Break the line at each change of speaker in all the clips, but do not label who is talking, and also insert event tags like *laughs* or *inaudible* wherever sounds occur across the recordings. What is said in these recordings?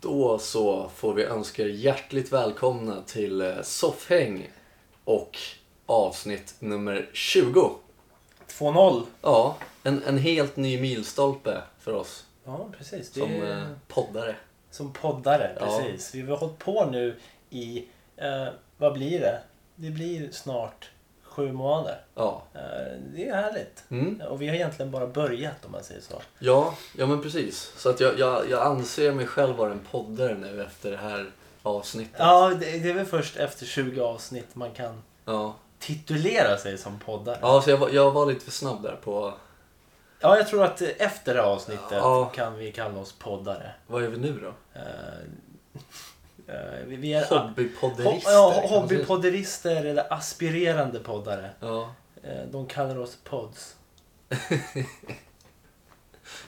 Då så får vi önska er hjärtligt välkomna till eh, Soffhäng och avsnitt nummer 20.
2-0.
Ja, en, en helt ny milstolpe för oss
Ja, precis. Det
som
är,
eh, poddare.
som poddare,
Ja.
precis. Vi har hållit på nu i, eh, vad blir det? Det blir snart sju månader.
Ja.
Eh, det är härligt.
Mm.
Och vi har egentligen bara börjat om man säger så.
Ja, ja men precis. Så att jag, jag, jag anser mig själv vara en poddare nu efter det här avsnittet.
Ja, det, det är väl först efter 20 avsnitt man kan
Ja,
titulera sig som poddare. Ja,
ja så jag, var- jag var lite för snabb där på...
jag tror att efter det här avsnittet
Ja.
kan vi kalla oss poddare.
Vad är vi nu då?
Eh, eh, vi, vi är... Ho-
Hobbypodderister?
ja,
kan man säga.
hobbypodderister eller aspirerande poddare.
Ja.
Eh, De kallar oss pods.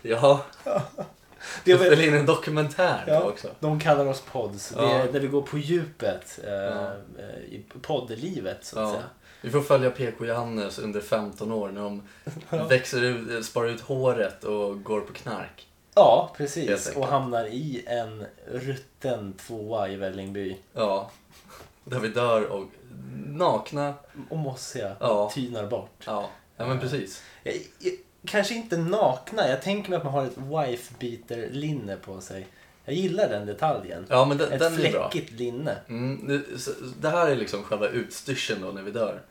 ja.
Det
Du
är väl,
spelade in en dokumentär
Ja.
då också.
de kallar oss pods. Det
Ja.
är där vi går på djupet eh,
Ja.
eh, i poddlivet så att
Ja.
säga.
Vi får följa PK Johannes under 15 år när
*laughs*
de växer ut, sparar ut håret och går på knark.
Ja,
Helt
precis.
enkelt.
Och hamnar i en rutten tvåa i Vällingby.
Ja. Där vi dör och nakna.
Och mossiga.
Ja.
Tynar bort.
Ja, ja men precis.
Jag, jag, kanske inte nakna. Jag tänker mig att man har ett wife-beater-linne på sig. Jag gillar den detaljen.
Ja men den,
Ett
den är bra.
fläckigt linne.
Mm, det, så- det här är liksom själva utstyrseln då när vi dör.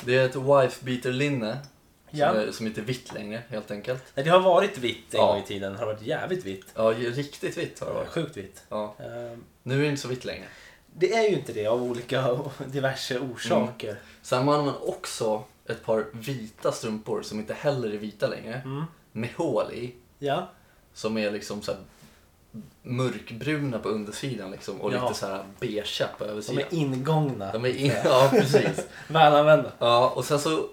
Det är ett wife-beater-linne
Ja.
som, är- som inte är vitt längre helt enkelt.
Nej, det har varit vitt en
Ja.
gång i tiden. Det har varit jävligt vitt.
Ja, ju- riktigt vitt har det varit.
Sjukt vitt.
Ja.
Eh,
Nu är det inte så vitt längre.
Det är ju inte det av olika diverse orsaker.
Sen har man också ett par vita strumpor som inte heller är vita längre. Med hål i.
Ja.
Som är liksom så här mörkbruna på undersidan liksom, och
Ja.
lite så här beigea på
De
översidan.
är ingångna.
De är in... *laughs* Ja, precis.
Välanvända.
Ja, och sen så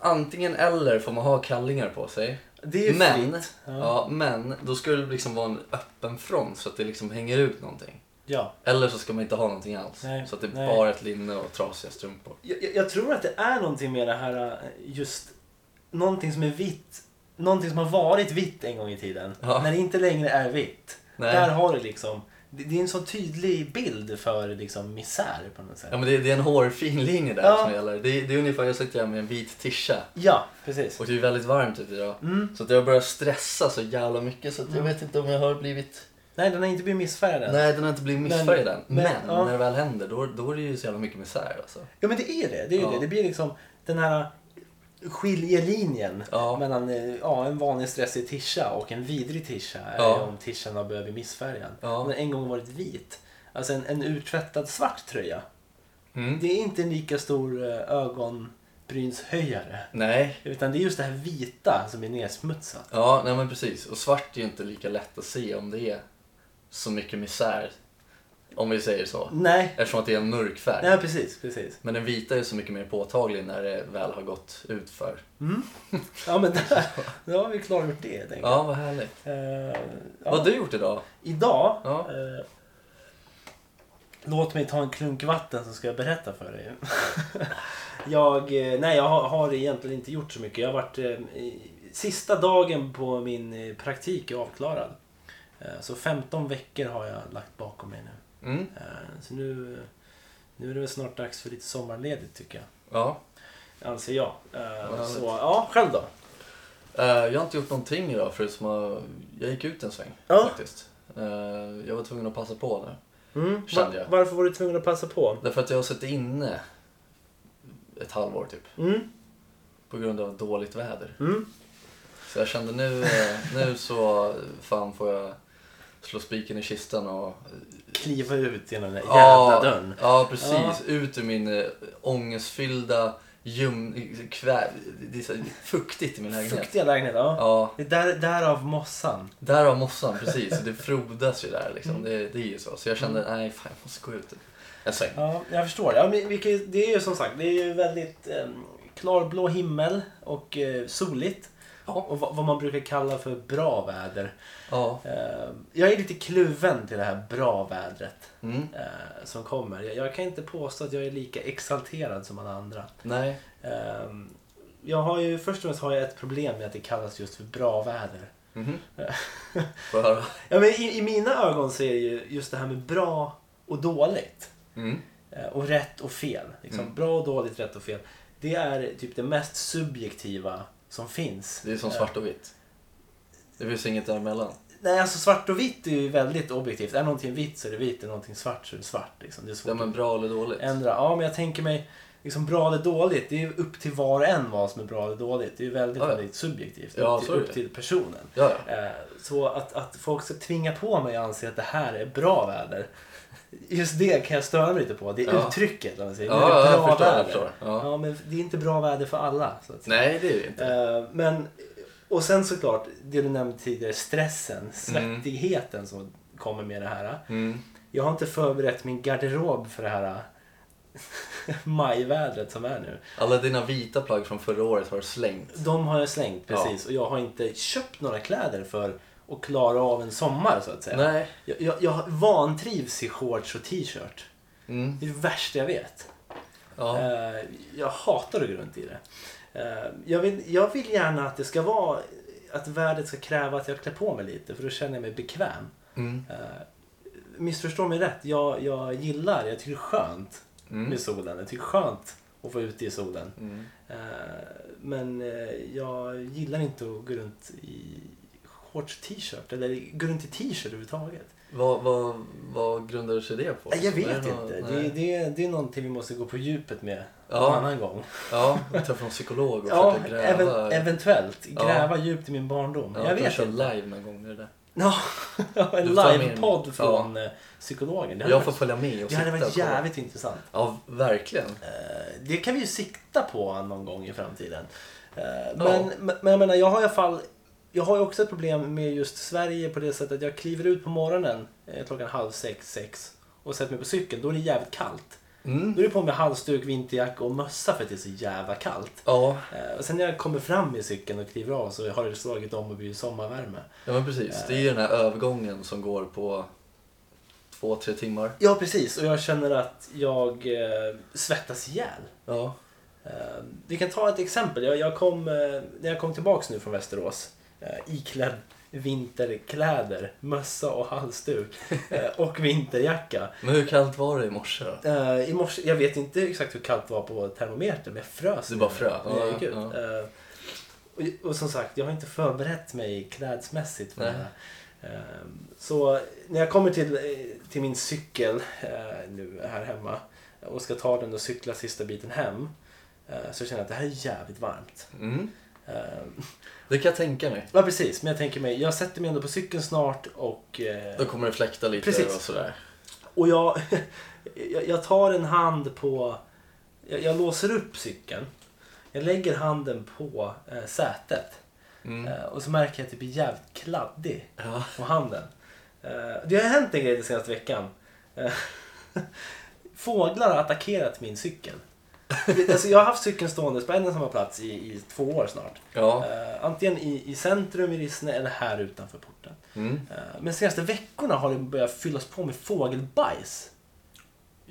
antingen eller får man ha kallingar på sig.
Det är ju
Men,
fritt.
ja.
Ja.
men då ska det liksom vara en öppen front så att det liksom hänger ut någonting.
Ja.
Eller så ska man inte ha någonting alls.
Nej,
Så att det är
nej.
bara ett linne och trasiga strumpor.
Jag, jag- jag tror att det är någonting med det här eh, just någonting som är vitt. Någonting som har varit vitt en gång i tiden.
Ja.
När det inte längre är vitt.
Nej.
Där har det liksom. Det, det är en så tydlig bild för liksom misär på något sätt.
Ja
Ja,
men det, det är en hårfin linje där
Ja.
som gäller. Det, det är ungefär, jag sitter här med en vit tisha
precis.
och det är väldigt varmt ute idag.
Mm.
Så att jag börjar stressa så jävla mycket så att jag vet inte om jag har blivit...
Nej, den har inte blivit missfärgad än.
Nej den har inte blivit missfärgad än. Men,
men- ja.
när det väl händer då, då är det ju så jävla mycket misär alltså.
Ja men det är det. Det, är ju
Ja.
det. det blir liksom den här äh, skiljelinjen
Ja.
mellan eh, ja, en vanlig stressig tisha och en vidrig tisha.
Ja.
Ja. Om tishan har börjat bli missfärgad.
Ja.
Om den en gång varit vit. Alltså en, en urtvättad svart tröja.
Mm.
Det är inte en lika stor eh, ögonbrynshöjare.
Nej.
Utan det är just det här vita som är nedsmutsat.
Ja, nej men precis. Och svart är ju inte lika lätt att se om det är så mycket misär. Om vi säger så.
Nej,
Eftersom att det är en mörk färg.
Nej precis. precis.
Men den vita är så mycket mer påtaglig när det väl har gått utför.
Ja men *laughs* där, då har vi klargjort det. helt enkelt.
Ja, vad härligt.
Eh, ja.
Vad har du gjort idag?
Idag...
Ja.
Eh, låt mig ta en klunk vatten så ska jag berätta för dig. *laughs* jag, eh, nej, jag har, har egentligen inte gjort så mycket. Jag har varit, eh, i- sista dagen på min eh, praktik är avklarad. Eh, så 15 veckor har jag lagt bakom mig nu.
Mm.
Eh, så nu, nu är det väl snart dags för lite sommarledigt tycker jag.
Ja.
Anser jag. Eh,
Vad
så, ja, själv då?
Eh, Jag har inte gjort någonting idag förutom att jag gick ut en sväng
Ja.
faktiskt. Eh, Jag var tvungen att passa på där.
Mm,
Kände jag.
Varför var du tvungen att passa på?
Därför att jag har suttit inne ett halvår typ.
Mm,
På grund av dåligt väder.
mm.
Så jag kände
*laughs*
nu, eh, nu så fan får jag slå spiken i kistan och...
Kliva ut genom den där jävla dörren.
Ja, precis.
Ja.
Ut ur min eh, ångestfyllda, ljum... Kvä... Det är så fuktigt i min lägenhet.
Fuktiga lägenhet, ja.
Ja,
Det är där, därav mossan.
där har mossan, precis. Det frodas ju där liksom. Det, det är ju så. Så jag kände, nej fan jag måste gå ut en sväng.
Ja, Mm. jag förstår. Ja, men vilket, det är ju som sagt, det är ju väldigt em, klarblå himmel och eh, soligt.
Ja.
Och vad, vad man brukar kalla för bra väder.
Ja.
Eh, jag är lite kluven till det här bra vädret
Mm.
eh, som kommer. Jag, jag kan inte påstå att jag är lika exalterad som alla andra.
Nej.
Ehm, jag har ju, först och främst har jag ett problem med att det kallas just för bra väder. *laughs*
Mhm. Får jag höra?
Ja, men i, I mina ögon så är det ju just det här med bra och dåligt.
Mm.
eh, Och rätt och fel. Liksom,
Mm.
Bra och dåligt, rätt och fel. Det är typ det mest subjektiva som finns.
Det är som
Eh,
svart och vitt. Det finns inget däremellan.
Nej, alltså svart och vitt är ju väldigt objektivt. Är någonting vitt så är det vitt, är någonting svart så är det svart. Liksom. Det är
Det är
svårt
men bra eller dåligt.
att ändra. Ja, men jag tänker mig liksom bra eller dåligt. Det är ju upp till var och en vad som är bra eller dåligt. Det är ju väldigt,
Ja, ja.
väldigt subjektivt.
Ja,
upp, till,
så är det.
upp till personen.
Ja, ja.
Eh, Så att, att folk ska tvinga på mig att anse att det här är bra väder. Just det kan jag störa mig lite på. Det är
Ja.
uttrycket. Om man säger.
Ja,
nu är
ja,
det
jag
bra
förstår, jag
väder.
förstår. Ja.
ja. men det är inte bra väder för alla. Så att säga.
Nej, det är det inte.
Eh, Men, och sen såklart, det du nämnde tidigare, stressen, svettigheten som kommer med det här.
Mm.
Jag har inte förberett min garderob för det här *laughs* majvädret som är nu.
Alla dina vita plagg från förra året har du slängt.
De har jag slängt precis och jag har inte köpt några kläder för att klara av en sommar så att säga.
Nej.
Jag, jag, jag vantrivs i shorts och t-shirt.
Mm.
Det är det värsta jag vet.
Ja.
Eh, jag hatar att gå runt i det. Eh, jag, vill, jag vill gärna att det ska vara att världen ska kräva att jag klär på mig lite för då känner jag mig bekväm.
Mm.
Eh, missförstå mig rätt, jag, jag gillar, jag tycker det är skönt
Mm.
med solen. Jag tycker det är skönt att vara ute i solen.
Mm.
Eh, men eh, jag gillar inte att gå runt i shorts och t-shirt eller gå runt i t-shirt överhuvudtaget.
Vad, vad, vad grundar sig det på? liksom?
Nej, Jag vet
Är det någon-
inte. Det,
nej.
det, det är någonting vi måste gå på djupet med
Ja.
en annan gång.
Ja, träffa någon psykolog och
Ja,
försöka
even,
gräva.
eventuellt.
Ja.
Gräva djupt i min barndom.
ja,
jag
du
vet
kör
inte.
live någon gång. Det där.
Ja, *laughs* en
Du tar med-
livepodd från eh, psykologen. Det hade,
Jag får
varit,
följa med och
det hade
sitta och
varit
kolla.
jävligt intressant.
Ja, verkligen.
Eh, Det kan vi ju sikta på någon gång i framtiden. Eh, Men,
Ja.
men, men jag menar, jag har i alla fall jag har ju också ett problem med just Sverige på det sättet att jag kliver ut på morgonen eh, klockan halv sex, sex och sätter mig på cykeln. Då är det jävligt kallt.
Mm.
Då är det på med halsduk, vinterjacka och mössa för att det är så jävla kallt.
Ja,
Eh, Och sen när jag kommer fram i cykeln och kliver av så har det slagit om och blivit sommarvärme.
ja, men precis. Det är ju den här övergången som går på två, tre timmar.
Ja precis, och jag känner att jag eh, svettas ihjäl.
Ja.
Eh, vi kan ta ett exempel. Jag, jag kom, eh, när jag kom tillbaks nu från Västerås eh, iklädd vinterkläder, mössa och *laughs* halsduk eh, och vinterjacka.
Men hur kallt var det i morse då?
Eh, I morse, jag vet inte exakt hur kallt det var på termometern, men jag frös.
Du bara frös.
När jag gick
Ja,
ut.
ja.
Eh, och, och som sagt, jag har inte förberett mig klädsmässigt för det
Nej.
här. Eh, så när jag kommer till, eh, till min cykel eh, nu här hemma och ska ta den och cykla sista biten hem eh, så känner jag att det här är jävligt varmt.
Mm.
Eh,
Det kan jag tänka mig.
ja precis, men jag tänker mig, jag sätter mig ändå på cykeln snart och eh,
Då kommer det fläkta lite
Precis.
och sådär.
Och jag, *laughs* jag, jag tar en hand på... Jag, jag låser upp cykeln. Jag lägger handen på eh, sätet.
Mm.
Eh, och så märker jag att det blir jävligt kladdig
Ja.
på handen. Eh, det har hänt en grej den senaste veckan. Eh, *laughs* fåglar har attackerat min
*laughs*
cykel. Det- Alltså jag har haft cykeln stående på en och samma plats i, i två år snart.
Ja.
Eh, antingen i, i centrum i Rissne eller här utanför porten.
Mm.
Eh, men senaste veckorna har det börjat fyllas på med fågelbajs.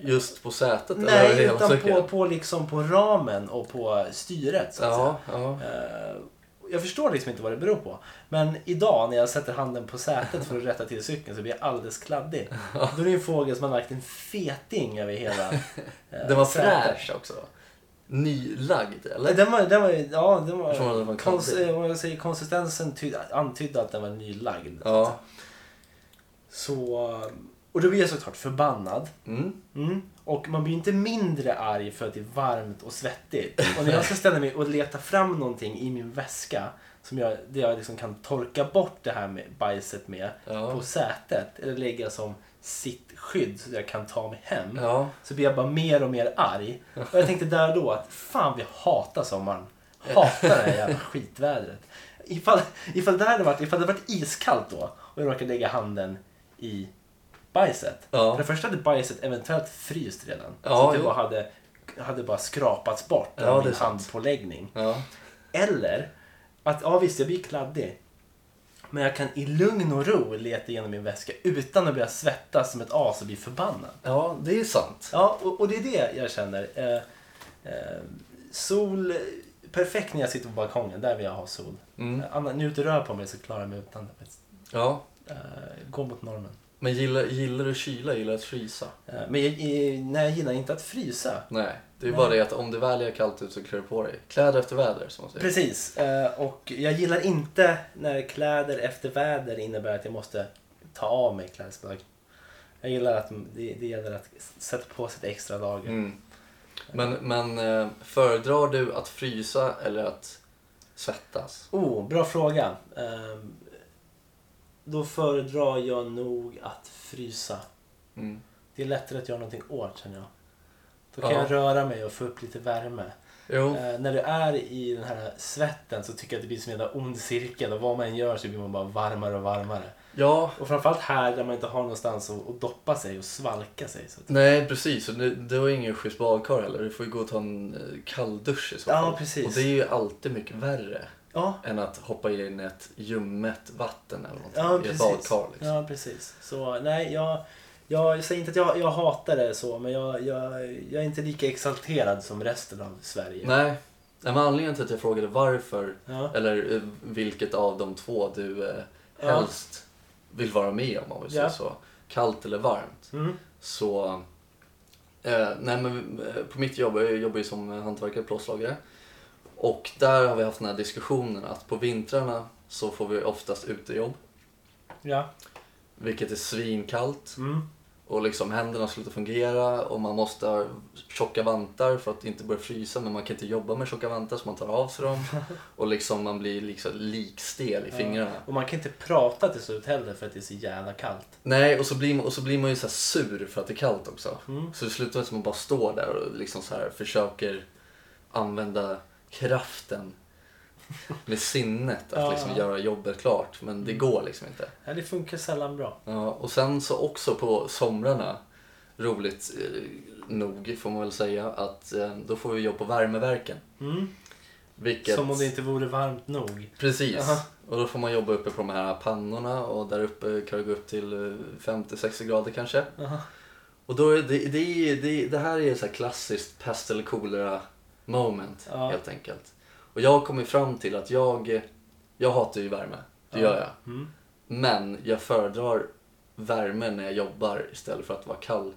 Just på sätet? eller över
Nej,
hela
utan
cykeln?
på, på, liksom på ramen och på styret. Så att
Ja, ja.
säga. Eh, Jag förstår liksom inte vad det beror på. Men idag när jag sätter handen på sätet för att rätta till cykeln så blir jag alldeles kladdig. Då är det en fågel som har lagt en feting över hela eh,
*laughs* Den var
sätet.
fräsch också. Nylagd, eller?
Nej, Den var, den var, ja, den var,
Jag tror att den var
kons,
kladdig.
eh, vad jag säger, konsistensen ty, antydde att den var nylagd.
Ja.
Så, och då blir jag såklart förbannad.
Mm.
Mm. Och man blir inte mindre arg för att det är varmt och svettigt.
Mm.
Och när jag ska ställa mig och leta fram någonting i min väska som jag, där jag liksom kan torka bort det här med bajset med
Ja.
på sätet eller lägga som sitt skydd så att jag kan ta mig hem.
Ja.
Så blir jag bara mer och mer arg. Och jag tänkte där och då att fan vi hatar sommaren. Hatar det här
*laughs*
jävla skitvädret. Ifall, ifall, det här hade varit, ifall det hade varit iskallt då och jag råkade lägga handen i bajset.
Ja.
För det första hade bajset eventuellt fryst redan.
Ja,
så att det
jo.
bara hade, hade bara skrapats bort
Ja,
av
det
min
är sant.
handpåläggning.
Ja.
Eller att, ja visst jag blir kladdig. Men jag kan i lugn och ro leta igenom min väska utan att börja svettas som ett as och bli förbannad.
ja, det är sant.
Ja, och, och det är det jag känner. Eh, eh, sol, perfekt när jag sitter på balkongen, där vill jag ha sol.
Mm.
Anna, nu ute rör på mig så klarar jag mig utan det. faktiskt.
Ja.
Eh, gå mot normen.
Men gillar, gillar du kyla, gillar du att frysa?
Eh, men jag, eh, nej, jag gillar inte att frysa.
Nej, det är
Nej.
bara det att om det väl är kallt ut så klär du på dig. Kläder efter väder, som man säger.
Precis, eh, och jag gillar inte när kläder efter väder innebär att jag måste ta av mig klädesplagg. Jag gillar att det, det gäller att s- sätta på sig ett extra lager.
Mm. Men, men eh, föredrar du att frysa eller att svettas?
Oh, bra fråga. Ehm, då föredrar jag nog att frysa.
Mm.
Det är lättare att göra någonting åt känner jag. Då kan
Ja.
jag röra mig och få upp lite värme.
Jo,
Eh, när du är i den här svetten så tycker jag att det blir som en jävla ond cirkel och vad man än gör så blir man bara varmare och varmare.
ja,
Och framförallt här där man inte har någonstans att, att doppa sig och svalka sig. Så att...
nej precis. Och Det, det var ingen schysst badkar heller. Du får ju gå och ta en eh, kall dusch i så
Ja,
fall.
precis.
Och det är ju alltid mycket värre
Ja,
än att hoppa in i ett ljummet vatten eller någonting.
ja
I ett
precis.
badkar liksom.
Ja, precis. Så nej, jag, jag säger inte att jag, jag hatar det så, men jag, jag, jag är inte lika exalterad som resten av Sverige.
Nej. nej, men anledningen till att jag frågade varför
Ja.
Eller eh, vilket av de två du eh,
Ja.
helst vill vara med om, om vi säger
Ja.
så. Kallt eller varmt.
Mm.
Så, eh, nej men eh, på mitt jobb, jag jobbar ju som hantverkare och plåtslagare. Och där har vi haft den här diskussionen att på vintrarna så får vi oftast utejobb.
Ja.
Vilket är svinkallt
Mm.
och liksom händerna slutar fungera och man måste ha tjocka vantar för att inte börja frysa men man kan inte jobba med tjocka vantar så man tar av
*laughs*
sig dem. Och liksom man blir liksom likstel i
Ja.
fingrarna.
Och man kan inte prata till slut heller för att det är så jävla kallt.
Nej, och så blir man, och så blir man ju så här sur för att det är kallt också.
Mm.
Så det slutar med att man bara står där och liksom så här försöker använda
*laughs*
kraften med sinnet att
Ja.
liksom göra jobbet klart. Men det går liksom inte.
Ja, det funkar sällan bra.
Ja, och sen så också på somrarna, roligt eh, nog får man väl säga, att eh, då får vi jobb på värmeverken.
Mm.
Vilket...
Som om det inte vore varmt nog.
Precis.
Aha.
Och då får man jobba uppe på de här pannorna och där uppe kan det gå upp till eh, 50-60 grader kanske.
Aha.
Och då är det, det, är- det, det här är så här klassiskt pest eller kolera moment
Ja.
helt enkelt. Och jag har kommit fram till att jag, jag hatar ju värme, det
Ja.
gör jag.
Mm.
Men jag föredrar värme när jag jobbar istället för att vara kall.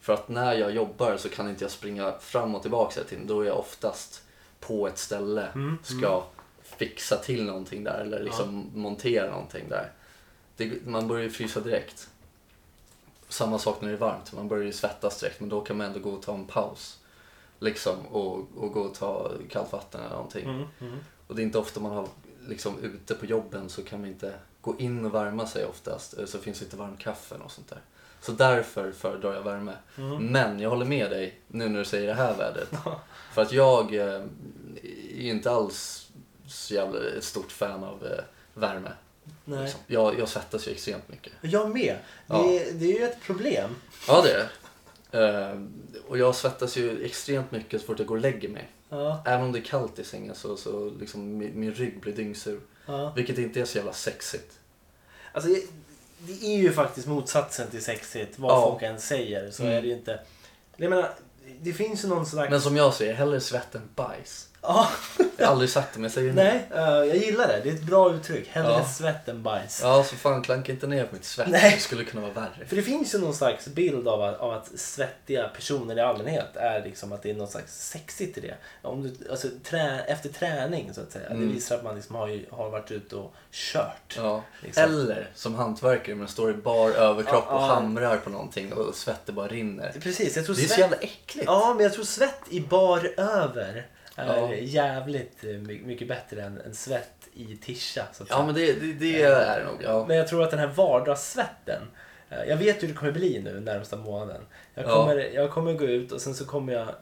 För att när jag jobbar så kan inte jag springa fram och tillbaka hela tiden. Då är jag oftast på ett ställe,
Mm,
ska fixa till någonting där eller liksom montera någonting där. Det, man börjar ju frysa direkt. Samma sak när det är varmt, man börjar ju svettas direkt men då kan man ändå gå och ta en paus. Liksom och, och gå och ta kallt vatten eller någonting.
Mm. Mm.
Och det är inte ofta man har liksom ute på jobben så kan man inte gå in och värma sig oftast. Eller Så finns det inte varmt kaffe och sånt där. Så därför föredrar jag värme.
Mm.
Men jag håller med dig nu när du säger det här
*laughs*
vädret. För att jag eh, är inte alls så jävla ett stort fan av eh, värme.
Nej.
Liksom. Jag, jag svettas ju extremt mycket.
Mm. Jag med. Det,
Ja.
är, det är ju ett problem.
Ja, det är det. Eh, och jag svettas ju extremt mycket så fort jag går och lägger mig.
Ja,
Även om det är kallt i sängen så, så liksom min, min rygg blir dyngsur.
ja.
Vilket inte är så jävla sexigt.
Alltså, det- det är ju faktiskt motsatsen till sexigt. Vad
Ja.
folk än säger så
Mm.
är det ju inte. Jag menar, det finns ju någon slags...
Men som jag säger, hellre svett än bajs.
Ja,
Jag har aldrig sagt det men jag säger det nu.
nej, eh, jag gillar det. Det är ett bra uttryck. Hellre
Ja.
svett än bajs.
Ja, så fan klanka inte ner på mitt svett.
Nej.
Det skulle kunna vara värre.
För det finns ju någon slags bild av att, av att svettiga personer i allmänhet är liksom att det är någon slags sexigt i det. Om du, alltså, trä, efter träning så att säga.
Mm.
Det visar att man liksom har, ju- har varit ute och kört.
Ja.
Liksom.
Eller som hantverkare men står i bar överkropp
Ja,
och
ja.
hamrar på någonting och svettet bara rinner.
Precis, jag tror
Det är så
svett...
jävla äckligt.
Ja, men jag tror svett i bar över är
Ja.
jävligt eh, my- mycket bättre än, än svett i tisha. Så att säga.
Ja men det, det, det är det nog. Ja.
Men jag tror att den här vardagssvetten. eh, Jag vet hur det kommer bli nu närmsta månaden. Jag
Ja.
kommer, jag kommer gå ut och sen så kommer jag, eh,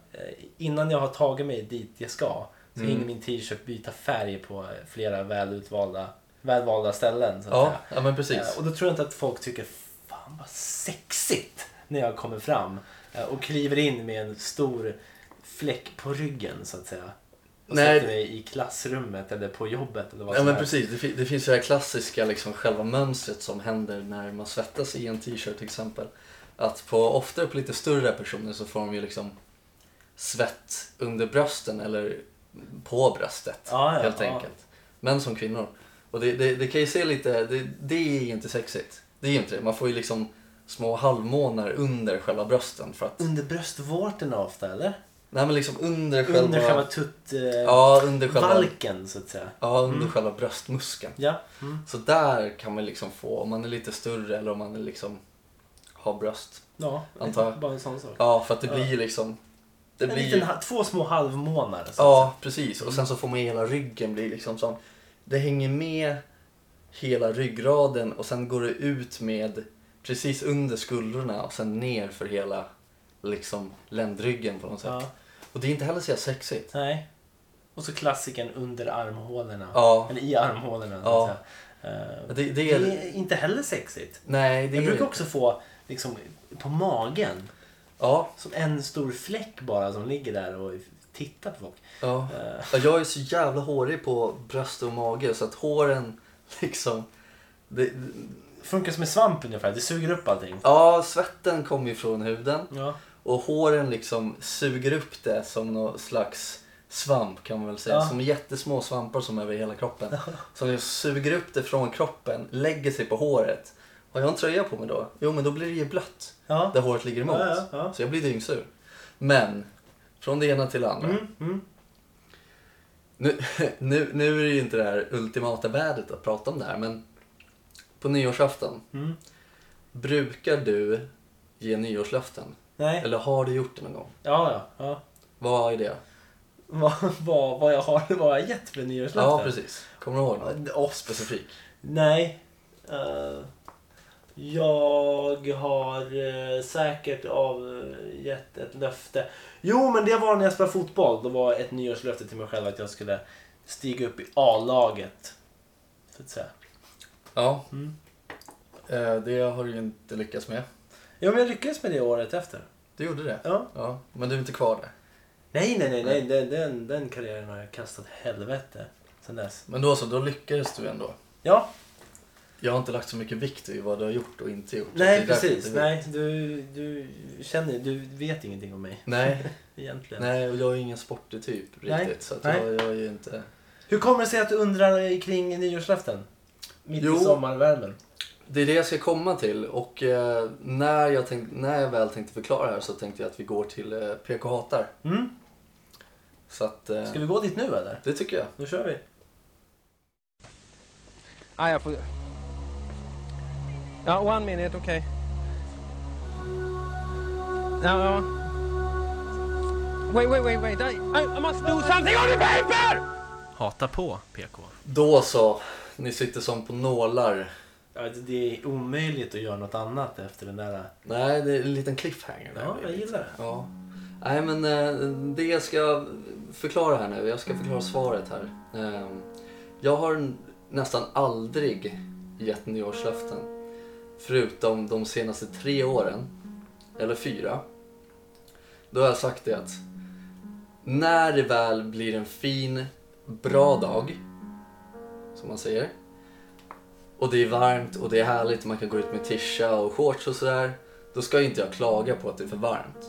innan jag har tagit mig dit jag ska, så
Mm.
hinner min t-shirt byta färg på flera välutvalda, välvalda ställen. Så att
Ja,
säga.
ja men
Eh,
precis.
Och då tror jag inte att folk tycker, fan vad sexigt när jag kommer fram eh, och kliver in med en stor fläck på ryggen så att säga. Och
Nej.
sätter mig i klassrummet eller på jobbet eller vad
Ja
som
men
helst.
precis, det, fi- det finns ju det här klassiska liksom själva mönstret som händer när man svettas i en t-shirt till exempel. Att på, oftare på lite större personer så får de ju liksom svett under brösten eller på bröstet
Ah, Ja, ja,
helt
ja.
enkelt. Män som kvinnor. Och det, det, det kan ju se lite, det, det är inte sexigt. Det är ju inte det. Man får ju liksom små halvmånar under själva brösten för att,
Under bröstvårtorna ofta eller?
nej men liksom under själva,
Under själva tutt... Eh,
ja under själva,
Valken Mm. så att säga.
ja, under själva bröstmuskeln.
Ja. Mm.
Så där kan man liksom få, om man är lite större eller om man är liksom har bröst.
Ja,
Antar jag.
bara en sån sak.
Ja, för att det blir
Ja.
ju liksom... Det
en
blir
liten, liksom. Mm.
ju,
ha- två små halvmånar. så att
Ja, precis. Och sen så får man hela ryggen bli liksom som... Det hänger med hela ryggraden och sen går det ut med precis under skuldrorna och sen ner för hela liksom ländryggen på något sätt.
säga. Ja.
Och det är inte heller så jävla sexigt.
Nej. Och så klassiken under armhålorna.
Ja.
Eller i armhålorna.
Ja.
Så att säga. Eh,
Det, det
det
är...
är inte heller sexigt.
Nej, det
Jag
är...
brukar också få liksom, på magen.
Ja,
Som en stor fläck bara som ligger där och tittar på folk.
ja.
Eh,
Ja, Jag är så jävla hårig på bröst och mage så att håren *laughs* liksom... Det...
funkar som en svamp ungefär, det suger upp allting.
Ja, svetten kommer ju från huden.
Ja.
Och håren liksom suger upp det som någon slags svamp kan man väl säga.
Ja.
Som jättesmå svampar som är över hela kroppen. *laughs* Som just suger upp det från kroppen, lägger sig på håret. Har jag en tröja på mig då? Jo men då blir det ju blött.
Ja.
Där håret ligger emot.
Ja, ja, ja.
Så jag blir dyngsur. Men, från det ena till det andra.
Mm, mm.
Nu, *laughs* nu, nu är det ju inte det här ultimata vädret att prata om det här men på nyårsafton.
Mm.
Brukar du ge nyårslöften?
Nej.
Eller har du gjort det någon gång?
Ja, ja. ja.
Vad är det?
*laughs* Vad, vad, vad jag har vad jag gett för nyårslöften.
Ja, precis. Kommer du ihåg något
Och
specifikt?
Nej. Eh, jag har eh, säkert avgett ett löfte. Jo, men det var när jag spelade fotboll. Då var ett nyårslöfte till mig själv att jag skulle stiga upp i A-laget. Så att säga.
Ja.
Mm.
Eh, Det har du ju inte lyckats med.
Ja, men jag lyckades med det året efter.
Du gjorde det?
Ja.
Ja, men du är inte kvar där.
Nej, nej, nej, nej. Den, den, den karriären har jag kastat helvete sen dess.
Men då så, då lyckades du ändå.
Ja,
Jag har inte lagt så mycket vikt vid vad du har gjort och inte gjort. Det
nej
är därför jag
precis.
inte vet.
Nej, du, du känner, du vet ingenting om mig
Nej,
egentligen.
nej, och jag är ingen sportig typ riktigt.
Nej.
Så att
Nej.
jag, jag är ju inte...
Hur kommer det sig att du undrar kring nyårslöften? Mitt
Jo.
i sommarvärmen.
Det är det jag ska komma till och eh, när, jag tänk, när jag väl tänkte förklara det här så tänkte jag att vi går till eh, PK Hatar.
Mm.
Så att, eh,
Ska vi gå dit nu eller?
det tycker jag.
Då kör vi.
Ah, jag får... Ja, one minute, okej. Ja, ja. Wait, wait, wait, wait. I, I must do something on the paper!
Hata på PK.
Då så, ni sitter som på nålar.
Ja, det- det är omöjligt att göra något annat efter den där... liksom.
Nej, det är en liten cliffhanger. där.
Ja, jag gillar det.
Ja. Nej men eh, det jag ska förklara här nu, jag ska förklara svaret här. Eh, Jag har n- nästan aldrig gett nyårslöften. Förutom de senaste tre åren, eller fyra. Då har jag sagt det att när det väl blir en fin, bra dag, som man säger, och det är varmt och det är härligt, man kan gå ut med tisha och shorts och sådär, då ska inte jag klaga på att det är för varmt.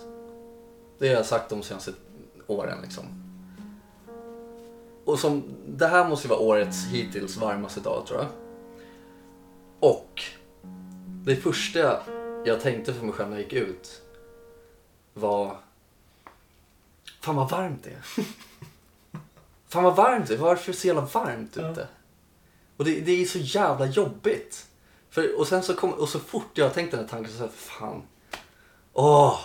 Det har jag sagt de senaste åren liksom. Och som, det här måste ju vara årets hittills varmaste dag tror jag. Och det första jag tänkte för mig själv när jag gick ut var... Fan vad varmt det är. *laughs* Fan vad varmt det är. Varför är det så jävla varmt
Ja.
ute? Och det, det är så jävla jobbigt. För, och sen så kom, och så fort jag tänkte den här tanken så sa jag, fan. Åh!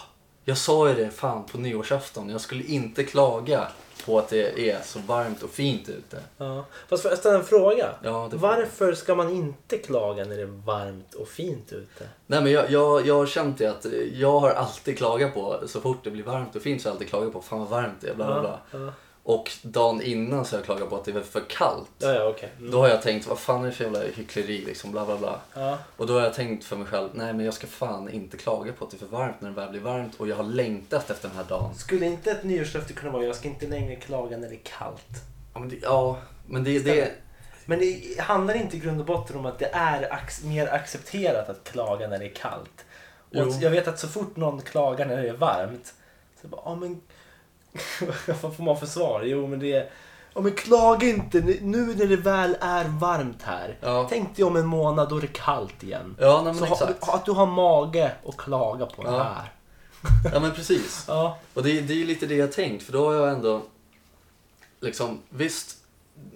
Jag sa ju det fan på nyårsafton. Jag skulle inte klaga på att det är så varmt och fint ute.
Ja. Fast får jag ställa en fråga?
Ja, det-
Varför ska man inte klaga när det är varmt och fint ute?
Nej men jag, jag, jag har känt det att eh, jag har alltid klagat på, så fort det blir varmt och fint så har jag alltid klagat på fan vad varmt det är, bla bla bla.
ja.
Och dagen innan så har jag klagat på att det är för kallt.
Ja, ja, okej.
Då har jag tänkt, vad fan är det för jävla hyckleri liksom, bla bla bla.
Ja.
Och då har jag tänkt för mig själv, nej men jag ska fan inte klaga på att det är för varmt när det väl blir varmt och jag har längtat efter den här dagen.
Skulle inte ett nyårslöfte kunna vara jag ska inte längre klaga när det är kallt?
Ja men det, ja, men det, det
Men det handlar inte i grund och botten om att det är ac- mer accepterat att klaga när det är kallt. Och
Jo.
jag vet att så fort någon klagar när det är varmt så bara, ja men *laughs* Vad får man för svar? Jo, men det är... Ja, men klaga inte nu när det väl är varmt här.
Ja.
Tänk dig om en månad då är det kallt igen.
Ja, nej, men
Så ha,
exakt.
ha- att du har mage att klaga på
Ja.
det här.
Ja, men precis.
Ja.
Och det, det är ju lite det jag tänkt, för då har jag ändå liksom, visst,